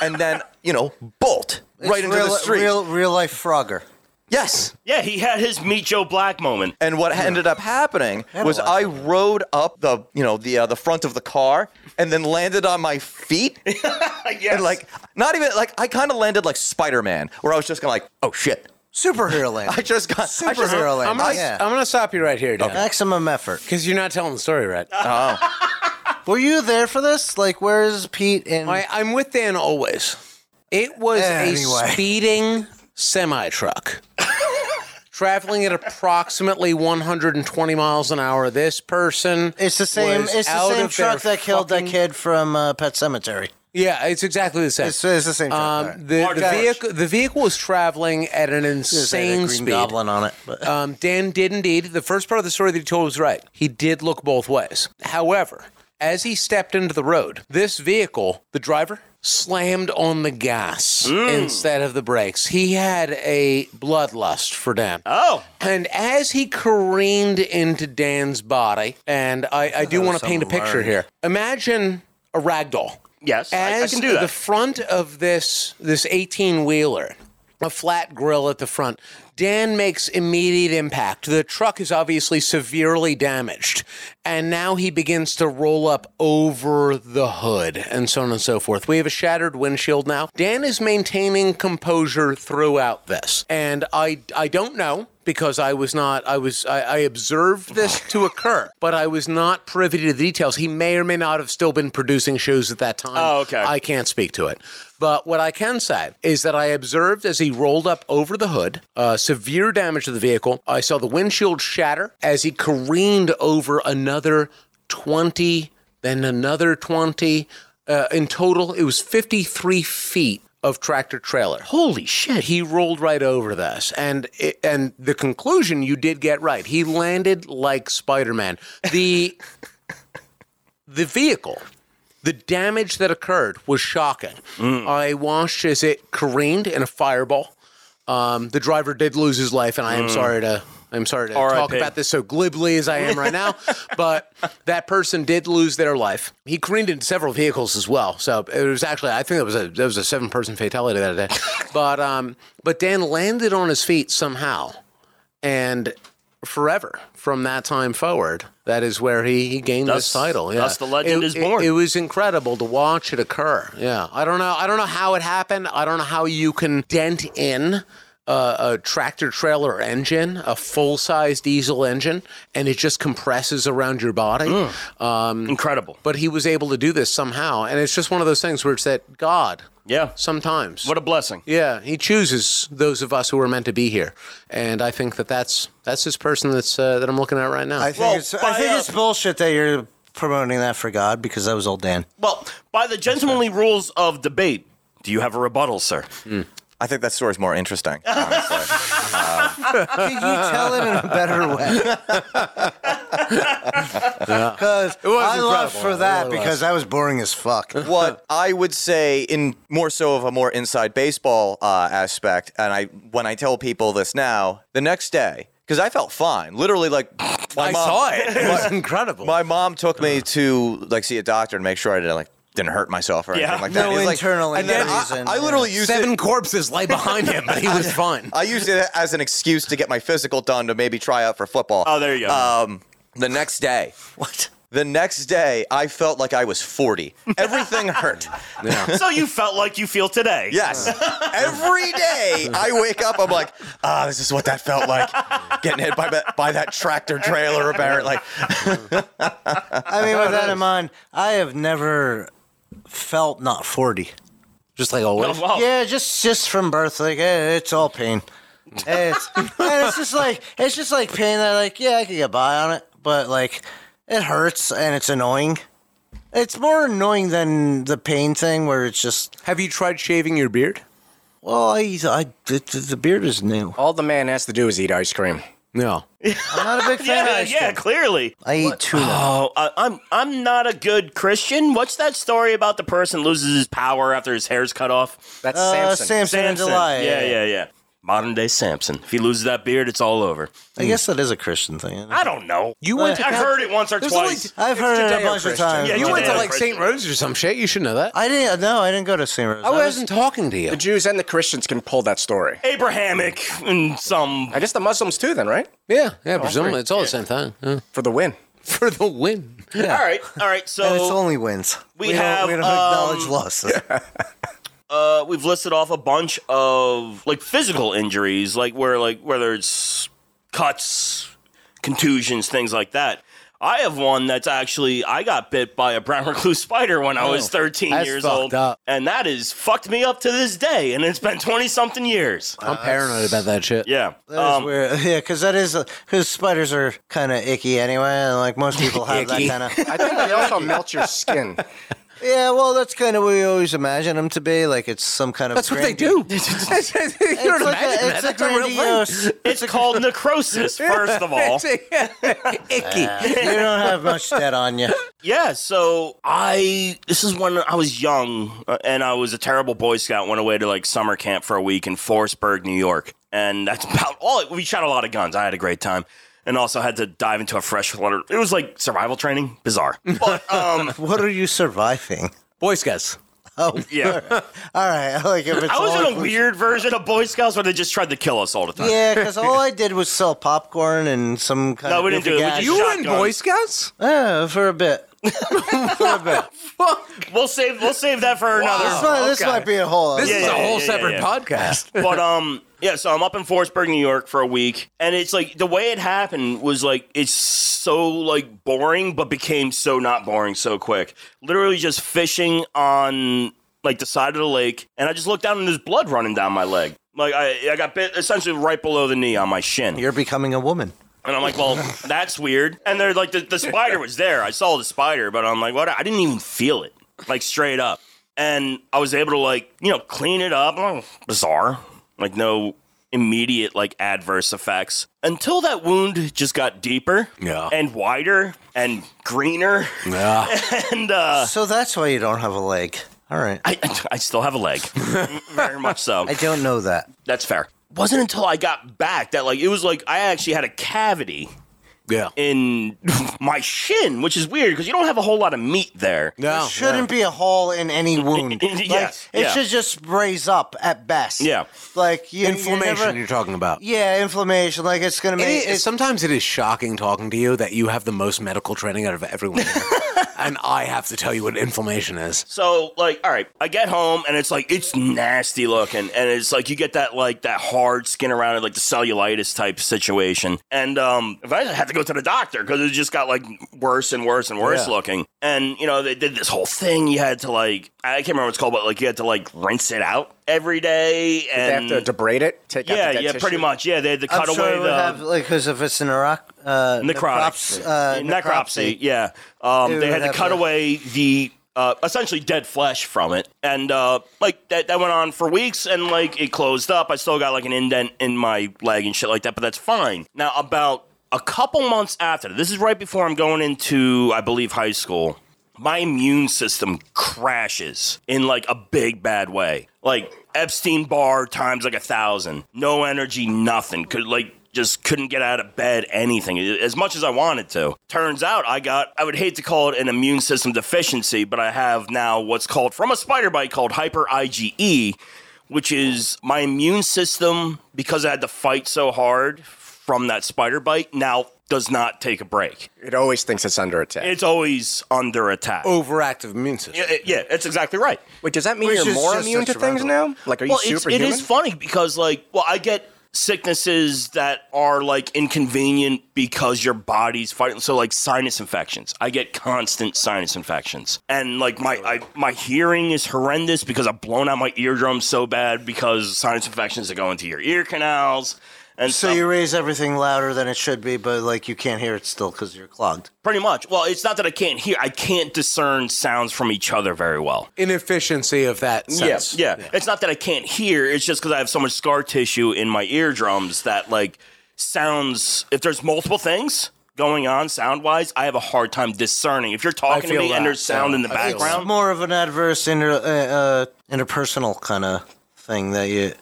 Speaker 1: and then you know bolt right
Speaker 3: It's
Speaker 1: into
Speaker 3: real,
Speaker 1: the street.
Speaker 3: Real, real life Frogger.
Speaker 1: Yes.
Speaker 2: yeah, he had his meet Joe Black moment.
Speaker 1: And what ended up happening
Speaker 3: Had a
Speaker 1: was
Speaker 3: lot
Speaker 1: I rode up the you know the uh, the front of the car and then landed on my feet
Speaker 2: yes.
Speaker 1: and like not even like I kind of landed like Spider Man where I was just gonna like oh shit
Speaker 3: Superhero land.
Speaker 1: I just got I just,
Speaker 3: Superhero land.
Speaker 4: I'm uh, gonna,
Speaker 3: yeah.
Speaker 4: I'm gonna stop you right here, Dan,
Speaker 3: Maximum effort.
Speaker 4: because you're not telling the story right.
Speaker 3: Were you there for this? Like, where is Pete? And
Speaker 4: I, I'm with Dan always. It was
Speaker 3: Anyway.
Speaker 4: a speeding semi truck. Traveling at approximately 120 miles an hour, this person.
Speaker 3: it's the same.
Speaker 4: was
Speaker 3: It's the
Speaker 4: out
Speaker 3: same
Speaker 4: of their
Speaker 3: truck that killed that
Speaker 4: fucking-
Speaker 3: kid from uh, Pet Cemetery.
Speaker 4: Yeah, it's exactly the same.
Speaker 3: It's, it's the same truck. all right.
Speaker 4: um, the, the
Speaker 3: Mark
Speaker 4: vehicle the vehicle was traveling at an
Speaker 3: Just had a
Speaker 4: insane
Speaker 3: green
Speaker 4: speed.
Speaker 3: goblin on it. But.
Speaker 4: Um, Dan did indeed. The first part of the story that he told was right. He did look both ways. However, as he stepped into the road, this vehicle, the driver, slammed on the gas instead of the brakes. He had a bloodlust for Dan.
Speaker 2: oh,
Speaker 4: And as he careened into Dan's body, and I, I do want to paint a picture here. Imagine a ragdoll
Speaker 2: yes, I- I,
Speaker 4: as
Speaker 2: can do that.
Speaker 4: the front of this this 18 wheeler a flat grill at the front dan makes immediate impact the truck is obviously severely damaged and now he begins to roll up over the hood and so on and so forth we have a shattered windshield now dan is maintaining composure throughout this and i i don't know because I was not, I was, I, I observed this to occur, but I was not privy to the details. He may or may not have still been producing shows at that time.
Speaker 2: Oh, okay.
Speaker 4: I can't speak to it. But what I can say is that I observed as he rolled up over the hood, uh, severe damage to the vehicle. I saw the windshield shatter as he careened over another 20, then another 20. Uh, in total, it was 53 feet of tractor trailer.
Speaker 2: Holy shit.
Speaker 4: He rolled right over this, and it, and the conclusion you did get right. He landed like Spider Man. The the vehicle, the damage that occurred was shocking. I watched as it careened in a fireball. Um, the driver did lose his life, and I am sorry to. I'm sorry to
Speaker 2: R.I.P.
Speaker 4: talk about this so glibly as I am right now, but that person did lose their life. He careened into several vehicles as well, so it was actually I think it was a that was a seven person fatality that day. But um, but Dan landed on his feet somehow, and forever from that time forward, that is where he, he gained
Speaker 2: Thus-
Speaker 4: this title. Yeah.
Speaker 2: thus the legend
Speaker 4: It-
Speaker 2: is born.
Speaker 4: It, it was incredible to watch it occur. Yeah, I don't know. I don't know how it happened. I don't know how you can dent in. Uh, a tractor trailer engine, a full size diesel engine, and it just compresses around your body. Um,
Speaker 2: Incredible.
Speaker 4: but he was able to do this somehow. And it's just one of those things where it's that God
Speaker 2: Yeah.
Speaker 4: sometimes.
Speaker 2: What a blessing.
Speaker 4: Yeah, he chooses those of us who are meant to be here, and I think that that's that's this person that's uh, that I'm looking at right now.
Speaker 3: I think,
Speaker 2: Well,
Speaker 3: it's,
Speaker 2: by,
Speaker 3: I think
Speaker 2: uh,
Speaker 3: it's bullshit that you're promoting that for God because that was old Dan.
Speaker 2: Well, by the gentlemanly rules of debate, do you have a rebuttal, sir?
Speaker 1: I think that story's more interesting, honestly.
Speaker 3: Could you tell it in a better way? Because I love for that because that was boring as fuck.
Speaker 1: what I would say in more so of a more inside baseball uh, aspect, and I when I tell people this now, the next day because I felt fine, literally like my mom,
Speaker 4: it was incredible.
Speaker 1: My mom took me to like see a doctor to make sure I didn't like didn't hurt myself or
Speaker 2: Yeah.
Speaker 1: anything like that.
Speaker 3: No
Speaker 1: It was, like,
Speaker 3: internal
Speaker 1: and then I-
Speaker 3: injuries,
Speaker 1: I,
Speaker 3: yeah.
Speaker 1: literally used it.
Speaker 4: Seven corpses lay behind him, but he was fine.
Speaker 1: I used it as an excuse to get my physical done to maybe try out for football.
Speaker 2: Oh, there you go.
Speaker 1: Um, the next day.
Speaker 3: What?
Speaker 1: The next day, I felt like I was 40. Everything hurt.
Speaker 2: so you felt like you feel today.
Speaker 1: Yes. Every day I wake up, I'm like, ah, this is what that felt like. Getting hit by, that- by that tractor trailer about like
Speaker 3: I mean, with that in mind, I have never felt not forty.
Speaker 4: Just like always.
Speaker 2: Oh, wow.
Speaker 3: Yeah, just just from birth, like eh, it's all pain. It's, and it's just like it's just like pain that like yeah I could get by on it, but like it hurts and it's annoying. It's more annoying than the pain thing where it's just
Speaker 4: Have you tried shaving your beard?
Speaker 3: well I, I it, the beard is new.
Speaker 5: All the man has to do is eat ice cream.
Speaker 4: No.
Speaker 3: I'm not a big fan.
Speaker 2: Yeah,
Speaker 3: of ice cream.
Speaker 2: yeah, clearly.
Speaker 3: I eat tuna.
Speaker 2: Oh, I, I'm I'm not a good Christian. What's that story about the person loses his power after his hair's cut off?
Speaker 5: That's
Speaker 3: Uh,
Speaker 5: Samson.
Speaker 3: Samson and Delilah.
Speaker 2: Yeah, yeah, yeah. Modern day Samson. If he loses that beard, it's all over.
Speaker 3: I guess that is a Christian thing.
Speaker 2: I don't know.
Speaker 4: You went to
Speaker 2: I
Speaker 4: Catholic-
Speaker 2: heard it once or
Speaker 4: There's
Speaker 2: twice.
Speaker 4: only-
Speaker 3: I've heard it a
Speaker 4: Judeo
Speaker 3: bunch of
Speaker 4: Christian.
Speaker 3: times.
Speaker 2: Yeah,
Speaker 4: You
Speaker 2: Yeah.
Speaker 4: went to like
Speaker 2: Christian.
Speaker 4: St. Rose or some shit. You should know that. I,
Speaker 3: I didn't. No, I didn't go to St. Rose. was-
Speaker 4: wasn't talking to you.
Speaker 5: the Jews and the Christians can pull that story.
Speaker 2: Abrahamic and some.
Speaker 5: I guess the Muslims too, then, right?
Speaker 4: Yeah, yeah, presumably. It's all the same thing. Yeah.
Speaker 5: For the win.
Speaker 4: For the win.
Speaker 2: All right, all right.
Speaker 3: And it's
Speaker 2: So
Speaker 3: only wins.
Speaker 2: we
Speaker 3: don't-
Speaker 2: have,
Speaker 3: we don't
Speaker 2: um,
Speaker 3: acknowledge losses.
Speaker 2: uh, we've listed off a bunch of like physical injuries, like where like whether it's cuts, contusions, things like that. I have one that's actually I got bit by a brown recluse spider when I was 13
Speaker 4: that's
Speaker 2: years
Speaker 4: fucked
Speaker 2: old,
Speaker 4: up.
Speaker 2: and that is fucked me up to this day, and it's been 20 something years.
Speaker 4: I'm paranoid about that shit.
Speaker 2: Yeah,
Speaker 3: That is
Speaker 2: um,
Speaker 3: weird. Yeah, because that is because spiders are kind of icky anyway, and like most people have that
Speaker 4: Icky.
Speaker 3: kind of.
Speaker 5: I think they also melt your skin.
Speaker 3: Yeah, well, that's kind of what we always imagine them to be. Like it's some kind of.
Speaker 4: That's what they
Speaker 3: grandio-
Speaker 4: do. you don't
Speaker 3: It's like a,
Speaker 4: imagine that.
Speaker 3: it's a
Speaker 4: That's a real thing.
Speaker 3: grandiose.
Speaker 2: it's called necrosis. First of all,
Speaker 4: Icky.
Speaker 3: you don't have much debt on you.
Speaker 2: Yeah, so I this is when I was young uh, and I was a terrible boy scout. Went away to like summer camp for a week in Forestburg, New York, and that's about all. We shot a lot of guns. I had a great time, and also had to dive into a freshwater. It was like survival training, bizarre. But um,
Speaker 3: What are you surviving?
Speaker 4: Boy Scouts.
Speaker 2: yeah,
Speaker 3: All right, like if it's
Speaker 2: I was
Speaker 3: all-
Speaker 2: in a weird version of Boy Scouts where they just tried to kill us all the time.
Speaker 3: Yeah, because all I did was sell popcorn and some kind
Speaker 2: No,
Speaker 3: of.
Speaker 2: we didn't
Speaker 3: goofy
Speaker 2: do it. We
Speaker 3: gas.
Speaker 2: just-
Speaker 4: You were in
Speaker 2: Shotgun.
Speaker 4: Boy Scouts?
Speaker 3: Yeah, for a bit.
Speaker 2: We'll save we'll save that for another.
Speaker 3: this, might, this
Speaker 4: Oh, okay.
Speaker 3: might be a whole.
Speaker 4: This
Speaker 2: Yeah,
Speaker 4: is a
Speaker 2: yeah,
Speaker 4: whole
Speaker 2: yeah, yeah,
Speaker 4: separate
Speaker 2: yeah.
Speaker 4: podcast.
Speaker 2: but um yeah so i'm up in forestburg new york for a week and it's like the way it happened was like it's so like boring but became so not boring so quick literally just fishing on like the side of the lake and i just looked down and there's blood running down my leg like i, I got bit essentially right below the knee on my shin
Speaker 3: You're becoming a woman.
Speaker 2: and i'm like well that's weird and they're like the, the spider was there i saw the spider but i'm like what i didn't even feel it like straight up and I was able to like you know clean it up. Oh, Bizarre, like no immediate like adverse effects until that wound just got deeper
Speaker 4: Yeah.
Speaker 2: and wider and greener
Speaker 4: Yeah.
Speaker 2: and uh,
Speaker 3: So that's why you don't have a leg. All right.
Speaker 2: I I still have a leg, very much so.
Speaker 3: I don't know that.
Speaker 2: That's fair. Wasn't until I got back that like it was like I actually had a cavity
Speaker 4: yeah.
Speaker 2: in my shin, which is weird because you don't have a whole lot of meat there.
Speaker 4: No.
Speaker 3: There shouldn't be a hole in any wound.
Speaker 2: Yeah,
Speaker 3: Like, It
Speaker 2: yeah.
Speaker 3: should just raise up at best.
Speaker 2: Yeah.
Speaker 3: Like you,
Speaker 4: Inflammation
Speaker 3: You never-
Speaker 4: you're talking about.
Speaker 3: yeah, inflammation. Like it's gonna
Speaker 4: It
Speaker 3: make
Speaker 4: is-
Speaker 3: it's,
Speaker 4: sometimes it is shocking talking to you that you have the most medical training out of everyone here. and I have to tell you what inflammation is.
Speaker 2: So like, all right, I get home and it's like it's nasty looking, and it's like you get that like that hard skin around it, like the cellulitis type situation. And um, if I had to go to the doctor because it just got like worse and worse and worse
Speaker 4: Yeah.
Speaker 2: looking. And you know they did this whole thing. You had to like I can't remember what it's called, but like you had to like rinse it out every day.
Speaker 5: They
Speaker 2: And
Speaker 5: have to debride it, take out
Speaker 2: yeah,
Speaker 5: the dead
Speaker 2: yeah, pretty
Speaker 5: tissue.
Speaker 2: much. Yeah, they had to
Speaker 3: I'm
Speaker 2: cut
Speaker 3: sure
Speaker 2: away
Speaker 3: it would
Speaker 2: the
Speaker 4: um,
Speaker 3: have like because if it's a neuro- uh,
Speaker 2: necrotic
Speaker 3: necrops- uh,
Speaker 2: necropsy. Yeah, um,
Speaker 3: It
Speaker 2: they had
Speaker 3: would
Speaker 2: to
Speaker 3: have
Speaker 2: cut
Speaker 3: a-
Speaker 2: away the uh, essentially dead flesh from it, and uh, like that, that went on for weeks, and like it closed up. I still got like an indent in my leg and shit like that, but that's fine. Now about a couple months after this is right before I'm going into I believe high school. My immune system crashes in like a big bad way, like Epstein Barr times like a thousand. No energy, nothing. Could like just couldn't get out of bed anything as much as I wanted to. Turns out I got I would hate to call it an immune system deficiency, but I have now what's called from a spider bite called hyper IgE, which is my immune system because I had to fight so hard from that spider bite now does not take a break.
Speaker 5: It always thinks it's under attack.
Speaker 2: It's always under attack.
Speaker 4: Overactive immune system.
Speaker 2: Yeah, yeah, that's exactly right.
Speaker 5: Wait, does that mean
Speaker 3: Which
Speaker 5: you're
Speaker 3: is
Speaker 5: more
Speaker 3: just
Speaker 5: immune
Speaker 3: a
Speaker 5: to things
Speaker 3: survival.
Speaker 5: now? Like, are you
Speaker 2: well, it's, it
Speaker 5: superhuman?
Speaker 2: is funny because, like, well, I get sicknesses that are like inconvenient because your body's fighting. So, like, sinus infections. I get constant sinus infections, and like my I, my hearing is horrendous because I've blown out my eardrums so bad because sinus infections that go into your ear canals. And
Speaker 3: So
Speaker 2: stuff.
Speaker 3: you raise everything louder than it should be, but like you can't hear it still because you're clogged.
Speaker 2: pretty much. Well, it's not that I can't hear; I can't discern sounds from each other very well.
Speaker 4: Inefficiency of that sense.
Speaker 2: Yeah, yeah. It's not that I can't hear. It's just because I have so much scar tissue in my eardrums that like sounds. If there's multiple things going on sound wise, I have a hard time discerning. If you're talking to
Speaker 4: feel
Speaker 2: me and
Speaker 4: that,
Speaker 2: there's sound
Speaker 4: yeah.
Speaker 2: in the
Speaker 4: I feel
Speaker 2: background,
Speaker 3: More of an adverse inter uh, uh, interpersonal kind of thing that you.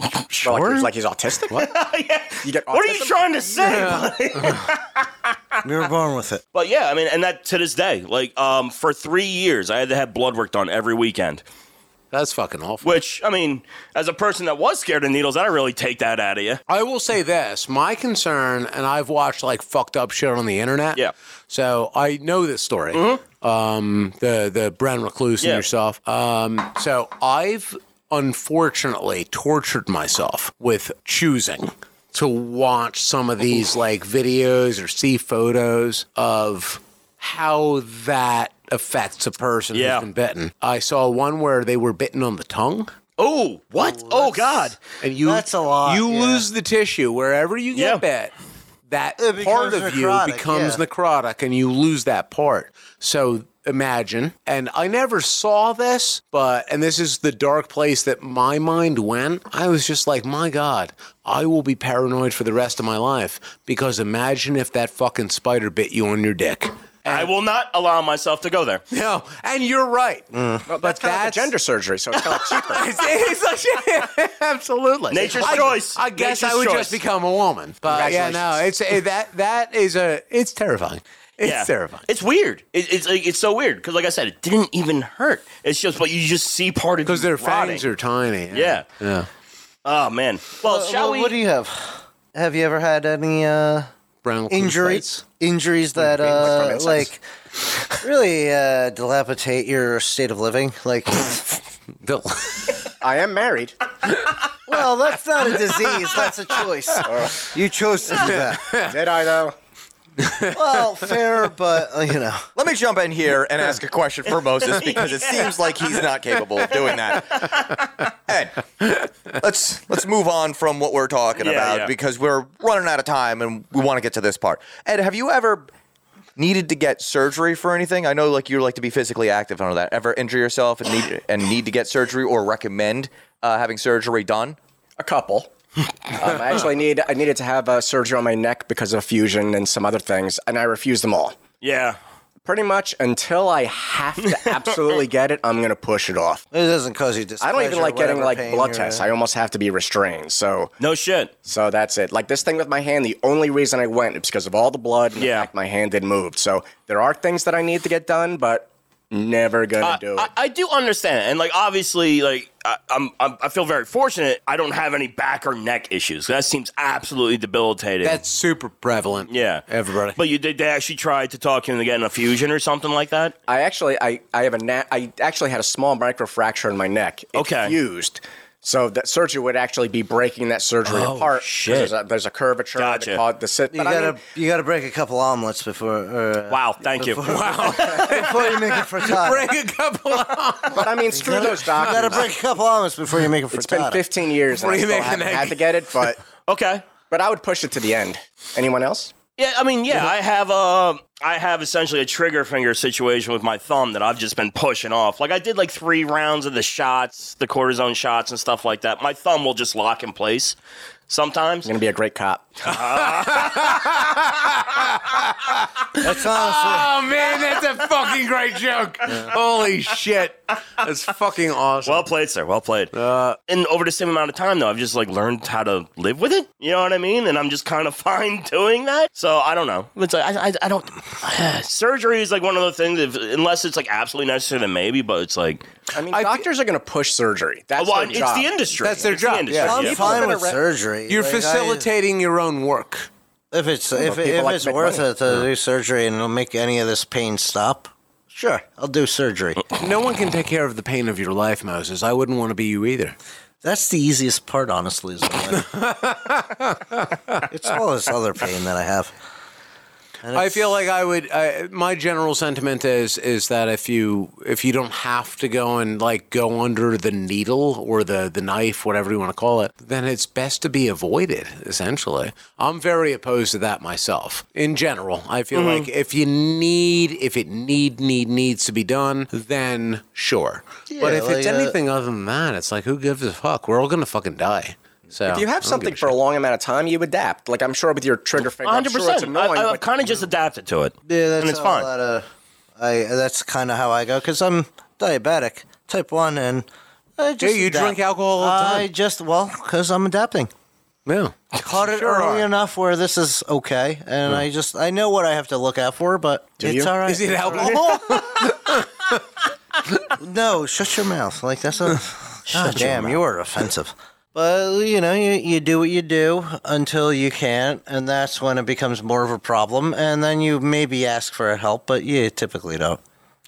Speaker 5: Well, like, he's, like he's autistic.
Speaker 2: Yeah.
Speaker 5: You get
Speaker 2: What are you
Speaker 5: autism?
Speaker 2: trying to say? buddy?
Speaker 3: We were born with it.
Speaker 2: But yeah, I mean, and that to this day, like, um, for three years, I had to have blood work done every weekend.
Speaker 4: That's fucking awful.
Speaker 2: Which, I mean, as a person that was scared of needles, I don't really take that out of you.
Speaker 4: I will say this. My concern, and I've watched like fucked up shit on the internet.
Speaker 2: Yeah. Mm-hmm.
Speaker 4: So I know this story. Um, the the Bren recluse
Speaker 2: Yeah.
Speaker 4: and yourself. Um, so I've unfortunately tortured myself with choosing to watch some of these like videos or see photos of how that affects a person
Speaker 2: Yeah.
Speaker 4: who's been bitten. I saw one where they were bitten on the tongue.
Speaker 2: Oh, what? oh, God.
Speaker 4: And you
Speaker 3: That's a lot,
Speaker 4: You
Speaker 3: yeah.
Speaker 4: lose the tissue wherever you
Speaker 2: Yeah.
Speaker 4: get bit. That
Speaker 3: It
Speaker 4: part of
Speaker 3: becomes
Speaker 4: you
Speaker 3: necrotic,
Speaker 4: becomes
Speaker 3: yeah.
Speaker 4: necrotic, and you lose that part. So imagine. And I never saw this, but and this is the dark place that my mind went. I was just like, my God, I will be paranoid for the rest of my life because imagine if that fucking spider bit you on your dick.
Speaker 2: I will not allow myself to go there.
Speaker 4: No, and you're right.
Speaker 5: Well, that's kind of like a gender surgery, so it's kind of cheaper.
Speaker 4: Mm. It's- it's like- absolutely
Speaker 2: Nature's
Speaker 4: I-
Speaker 2: choice.
Speaker 4: I guess I
Speaker 2: Nature's
Speaker 4: would
Speaker 2: choice.
Speaker 4: just become a woman, but yeah, no, it's it, that that is a it's terrifying. It's
Speaker 2: Yeah.
Speaker 4: terrifying.
Speaker 2: It's weird. It, it's like, it's so weird because, like I said, it didn't even hurt. It's just, but you just see part of
Speaker 4: Because
Speaker 2: you
Speaker 4: their
Speaker 2: rotting.
Speaker 4: fangs are tiny.
Speaker 2: Yeah.
Speaker 4: yeah.
Speaker 2: Oh man. Well,
Speaker 3: Uh,
Speaker 2: shall
Speaker 3: well,
Speaker 2: we?
Speaker 3: What do you have? Have you ever had any uh,
Speaker 4: Brown recluse
Speaker 3: injuries?
Speaker 4: bites.
Speaker 3: Injuries that uh,
Speaker 5: from
Speaker 3: like really uh, dilapidate your state of living. Like,
Speaker 4: The-
Speaker 5: I am married.
Speaker 3: well, that's not a disease. That's a choice. You chose to do that.
Speaker 5: Did I though?
Speaker 3: Well, fair, but uh, you know.
Speaker 1: Let me jump in here and ask a question for Moses because it seems like he's not capable of doing that. Ed, let's let's move on from what we're talking
Speaker 2: Yeah,
Speaker 1: about
Speaker 2: yeah.
Speaker 1: because we're running out of time and we want to get to this part. Ed, have you ever needed to get surgery for anything? I know like you like to be physically active and all that. Ever injure yourself and need and need to get surgery or recommend uh, having surgery done?
Speaker 5: A couple. um, I actually need I needed to have uh, surgery on my neck because of fusion and some other things, and I refused them all.
Speaker 2: Yeah.
Speaker 5: Pretty much until I have to absolutely get it, I'm gonna push it off.
Speaker 3: It doesn't cause you displeasure.
Speaker 5: I don't even like getting
Speaker 3: whatever
Speaker 5: like
Speaker 3: pain
Speaker 5: blood
Speaker 3: you're
Speaker 5: tests.
Speaker 3: in.
Speaker 5: I almost have to be restrained. So
Speaker 2: No shit.
Speaker 5: so that's it. Like this thing with my hand, the only reason I went is because of all the blood. And the
Speaker 2: Yeah.
Speaker 5: fact my hand did move. So there are things that I need to get done, but never gonna
Speaker 3: Uh,
Speaker 5: do it.
Speaker 2: I, I do understand it, and like obviously, like I, I'm, I'm, I feel very fortunate. I don't have any back or neck issues. That seems absolutely debilitating.
Speaker 4: That's super prevalent.
Speaker 2: yeah,
Speaker 4: Everybody.
Speaker 2: But you did they actually tried to talk him into getting a fusion or something like that?
Speaker 5: I actually I, I have a na- I actually had a small microfracture in my neck. It
Speaker 2: Okay.
Speaker 5: Fused. So that surgery would actually be breaking that surgery apart. 'cause
Speaker 2: shit.
Speaker 5: There's a, there's a curvature. they
Speaker 2: Gotcha.
Speaker 5: call it the sit.
Speaker 3: Oh, You
Speaker 5: but I
Speaker 3: gotta
Speaker 5: mean,
Speaker 3: you gotta break a couple omelets before uh,
Speaker 2: Wow, thank you. Wow,
Speaker 3: before you make it frittata.
Speaker 4: Break a couple of
Speaker 5: but I mean, screw those
Speaker 3: you gotta
Speaker 5: doctors.
Speaker 3: break a couple omelets before you make a frittata.
Speaker 5: It's been 15 years. And
Speaker 4: Before
Speaker 5: I
Speaker 4: you
Speaker 5: still
Speaker 4: make an
Speaker 5: haven't
Speaker 4: egg.
Speaker 5: had to get it, but
Speaker 2: okay.
Speaker 5: but I would push it to the end. Anyone else?
Speaker 2: Yeah, I mean, yeah, I have a, I have essentially a trigger finger situation with my thumb that I've just been pushing off. Like I did like three rounds of the shots, the cortisone shots and stuff like that. My thumb will just lock in place sometimes.
Speaker 5: Gonna be a great cop.
Speaker 3: That's
Speaker 5: Ah!
Speaker 4: Oh
Speaker 3: honestly.
Speaker 4: man, that's a fucking great joke. Holy shit. That's fucking awesome.
Speaker 2: Well played, sir. Well played. and over the same amount of time, though, I've just like learned how to live with it. You know what I mean? And I'm just kind of fine doing that. So I don't know. It's like I, I, I don't. surgery is like one of the things. If, unless it's like absolutely necessary, then maybe. But it's like
Speaker 5: I mean, doctors are gonna push surgery. That's
Speaker 2: well,
Speaker 5: their
Speaker 2: it's
Speaker 5: job.
Speaker 2: the industry.
Speaker 4: That's their
Speaker 2: It's
Speaker 4: job,
Speaker 2: The industry.
Speaker 4: yeah.
Speaker 3: I'm
Speaker 2: yeah.
Speaker 3: fine
Speaker 5: been
Speaker 3: with
Speaker 5: arre-
Speaker 3: surgery.
Speaker 4: You're
Speaker 3: Like, I-
Speaker 4: facilitating your own work.
Speaker 3: if it's if,
Speaker 5: people
Speaker 3: if
Speaker 5: like to
Speaker 3: it's
Speaker 5: make
Speaker 3: worth
Speaker 5: money.
Speaker 3: it to do surgery and it'll make any of this pain stop, sure, I'll do surgery.
Speaker 4: No one can take care of the pain of your life, Moses. I wouldn't want to be you either.
Speaker 3: That's the easiest part, honestly. Is the wedding. it's all this other pain that I have. And
Speaker 4: I
Speaker 3: it's-
Speaker 4: feel like I would. I, my general sentiment is is that if you if you don't have to go and like go under the needle or the the knife, whatever you want to call it, then it's best to be avoided. Essentially, I'm very opposed to that myself. In general, I feel like if you need if it need need needs to be done, then sure. but
Speaker 3: Yeah,
Speaker 4: if it's
Speaker 3: like, uh,
Speaker 4: anything other than that, it's like who gives a fuck? We're all gonna fucking die. So
Speaker 5: If you
Speaker 4: I don't
Speaker 5: have
Speaker 4: give
Speaker 5: something
Speaker 4: a
Speaker 5: for a long amount of time, you adapt. Like I'm sure with your trigger finger, I'm
Speaker 2: 100%.
Speaker 5: sure it's annoying.
Speaker 2: I,
Speaker 5: but-
Speaker 2: I've kind of just adapted to it.
Speaker 3: Yeah, that's
Speaker 2: and it's
Speaker 3: a
Speaker 2: fine.
Speaker 3: lot of- I that's kind of how I go because I'm diabetic, type one, and I just
Speaker 4: you drink alcohol all the
Speaker 3: I
Speaker 4: time.
Speaker 3: just well because I'm adapting.
Speaker 4: shit. Yeah.
Speaker 3: Caught it
Speaker 4: Sure
Speaker 3: early
Speaker 4: are.
Speaker 3: enough where this is okay, and I just I know what I have to look out for, but it's
Speaker 5: you?
Speaker 3: all right.
Speaker 4: Is it alcohol?
Speaker 3: No, shut your mouth. Like that's a God damn, you are offensive. But you know, you, you do what you do until you can't, and that's when it becomes more of a problem. And then you maybe ask for help, but you typically don't.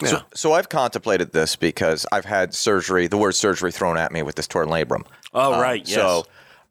Speaker 1: So, so I've contemplated this because I've had surgery, the word surgery thrown at me with this torn labrum.
Speaker 2: Oh right. Yes.
Speaker 1: So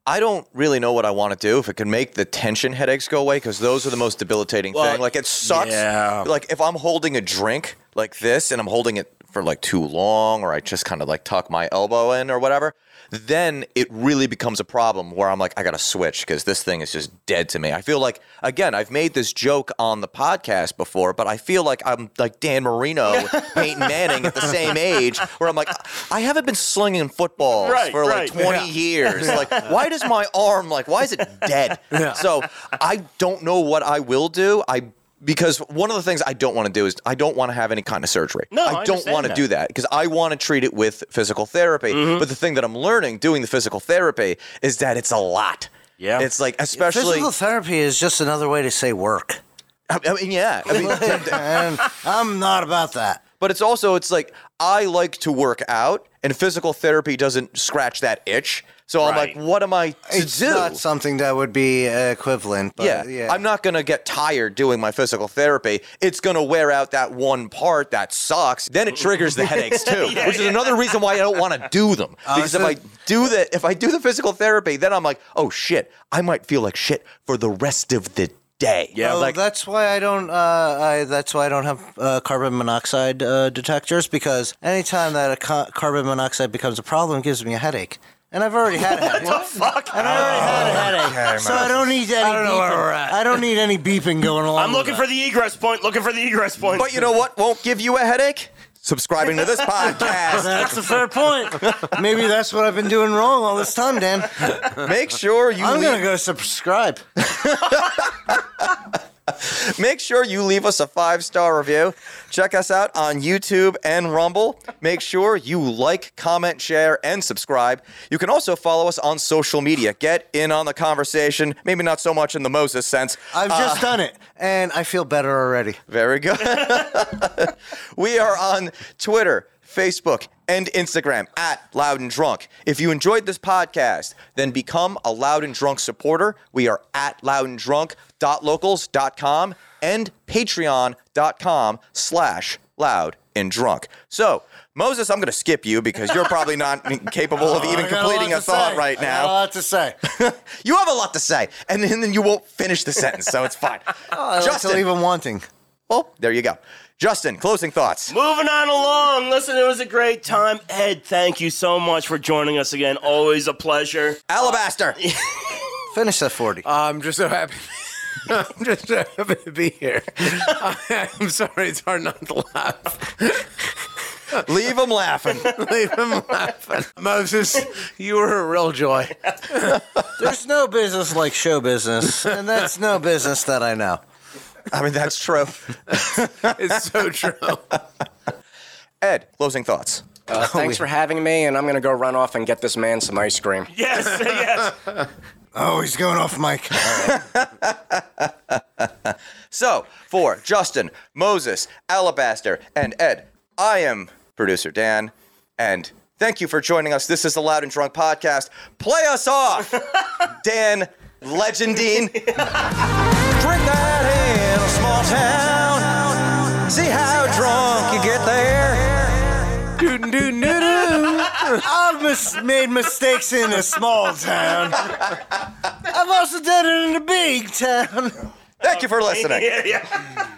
Speaker 1: I don't really know what I want to do if it can make the tension headaches go away because those are the most debilitating thing. Like it sucks.
Speaker 2: yeah.
Speaker 1: Like if I'm holding a drink like this and I'm holding it for like too long or I just kind of like tuck my elbow in or whatever, then it really becomes a problem where I'm like I got to switch because this thing is just dead to me. I feel like again, I've made this joke on the podcast before, but I feel like I'm like Dan Marino, with Peyton Manning at the same age where I'm like I haven't been slinging footballs
Speaker 2: Right,
Speaker 1: for like
Speaker 2: right.
Speaker 1: 20 20 years. Like, why does my arm like why is it dead? So I don't know what I will do. I because one of the things I don't want to do is I don't want to have any kind of surgery.
Speaker 2: No, I
Speaker 1: I don't
Speaker 2: understand
Speaker 1: want to
Speaker 2: that. Mm-hmm.
Speaker 1: do that because I want to treat it with physical therapy. But the thing that I'm learning doing the physical therapy is that it's a lot.
Speaker 2: Yeah.
Speaker 1: It's like especially
Speaker 3: Physical therapy is just another way to say work.
Speaker 1: I I mean yeah. I mean
Speaker 3: and I'm not about that.
Speaker 1: But it's also it's like I like to work out, and physical therapy doesn't scratch that itch. So I'm
Speaker 2: Right.
Speaker 1: like, what am I to
Speaker 3: It's
Speaker 1: do?
Speaker 3: not something that would be equivalent. But
Speaker 1: yeah.
Speaker 3: yeah,
Speaker 1: I'm not going to get tired doing my physical therapy. It's going to wear out that one part that sucks. Then it triggers the headaches too, which is another reason why I don't want to do them. Because if
Speaker 3: Uh, so-
Speaker 1: I do the if I do the physical therapy, then I'm like, "Oh shit, I might feel like shit for the rest of the day."
Speaker 2: Yeah,
Speaker 3: Oh,
Speaker 1: like
Speaker 3: that's why I don't. Uh, I that's why I don't have uh, carbon monoxide uh, detectors because anytime that a co- carbon monoxide becomes a problem, it gives me a headache, and I've already had a headache. Oh, What the fuck? And I already had a headache, so I don't need any. I don't,
Speaker 4: know where
Speaker 3: beeping.
Speaker 4: we're at.
Speaker 3: I don't need any beeping going along.
Speaker 2: I'm looking for the egress point. Looking for the egress point.
Speaker 1: But you know what won't give you a headache? Subscribing to this podcast.
Speaker 3: That's a fair point. Maybe that's what I've been doing wrong all this time, Dan.
Speaker 1: Make sure you
Speaker 3: I'm
Speaker 1: leave,
Speaker 3: gonna go subscribe.
Speaker 1: make sure you leave us a five star review. Check us out on YouTube and Rumble. Make sure you like, comment, share, and subscribe. You can also follow us on social media. Get in on the conversation. Maybe not so much in the Moses sense.
Speaker 3: I've just done it, and I feel better already.
Speaker 1: Very good. we are on Twitter, Facebook, and Instagram at Loud and Drunk. If you enjoyed this podcast, then become a Loud and Drunk supporter. We are at loudandrunk.locals.com and patreon.com slash loud and drunk. So, Moses, I'm going to skip you because you're probably not capable of even
Speaker 3: I got lot
Speaker 1: completing a
Speaker 3: to
Speaker 1: thought
Speaker 3: say.
Speaker 1: right
Speaker 3: I got
Speaker 1: now.
Speaker 3: a lot to say.
Speaker 1: You have a lot to say, and then, then you won't finish the sentence, so it's fine.
Speaker 3: Oh, I like to
Speaker 1: Justin,
Speaker 3: leave him wanting.
Speaker 1: well, Oh, there you go. Justin, closing thoughts.
Speaker 2: Moving on along. Listen, it was a great time. Ed, thank you so much for joining us again. Always a pleasure.
Speaker 1: Alabaster.
Speaker 3: Finish that 40.
Speaker 4: I'm just so happy. I'm just so happy to be here. I'm sorry, it's hard not to laugh.
Speaker 1: Leave them laughing.
Speaker 4: Leave him laughing. Moses, you were a real joy.
Speaker 3: There's no business like show business, and that's no business that I know.
Speaker 1: I mean, that's true.
Speaker 4: It's so true.
Speaker 1: Ed, closing thoughts.
Speaker 5: Uh, thanks for having me, and I'm gonna go run off and get this man some ice cream.
Speaker 2: Yes, yes.
Speaker 3: Oh, he's going off mic.
Speaker 1: So, for Justin, Moses, Alabaster, and Ed, I am producer Dan, and thank you for joining us. This is the Loud and Drunk podcast. Play us off, Dan Legendine. Drink that in a small town. See how drunk you get there.
Speaker 4: Doodin' doodin' doo
Speaker 3: I've mis- made mistakes in a small town. I've also done it in a big town.
Speaker 1: Thank you for listening.
Speaker 2: yeah, yeah.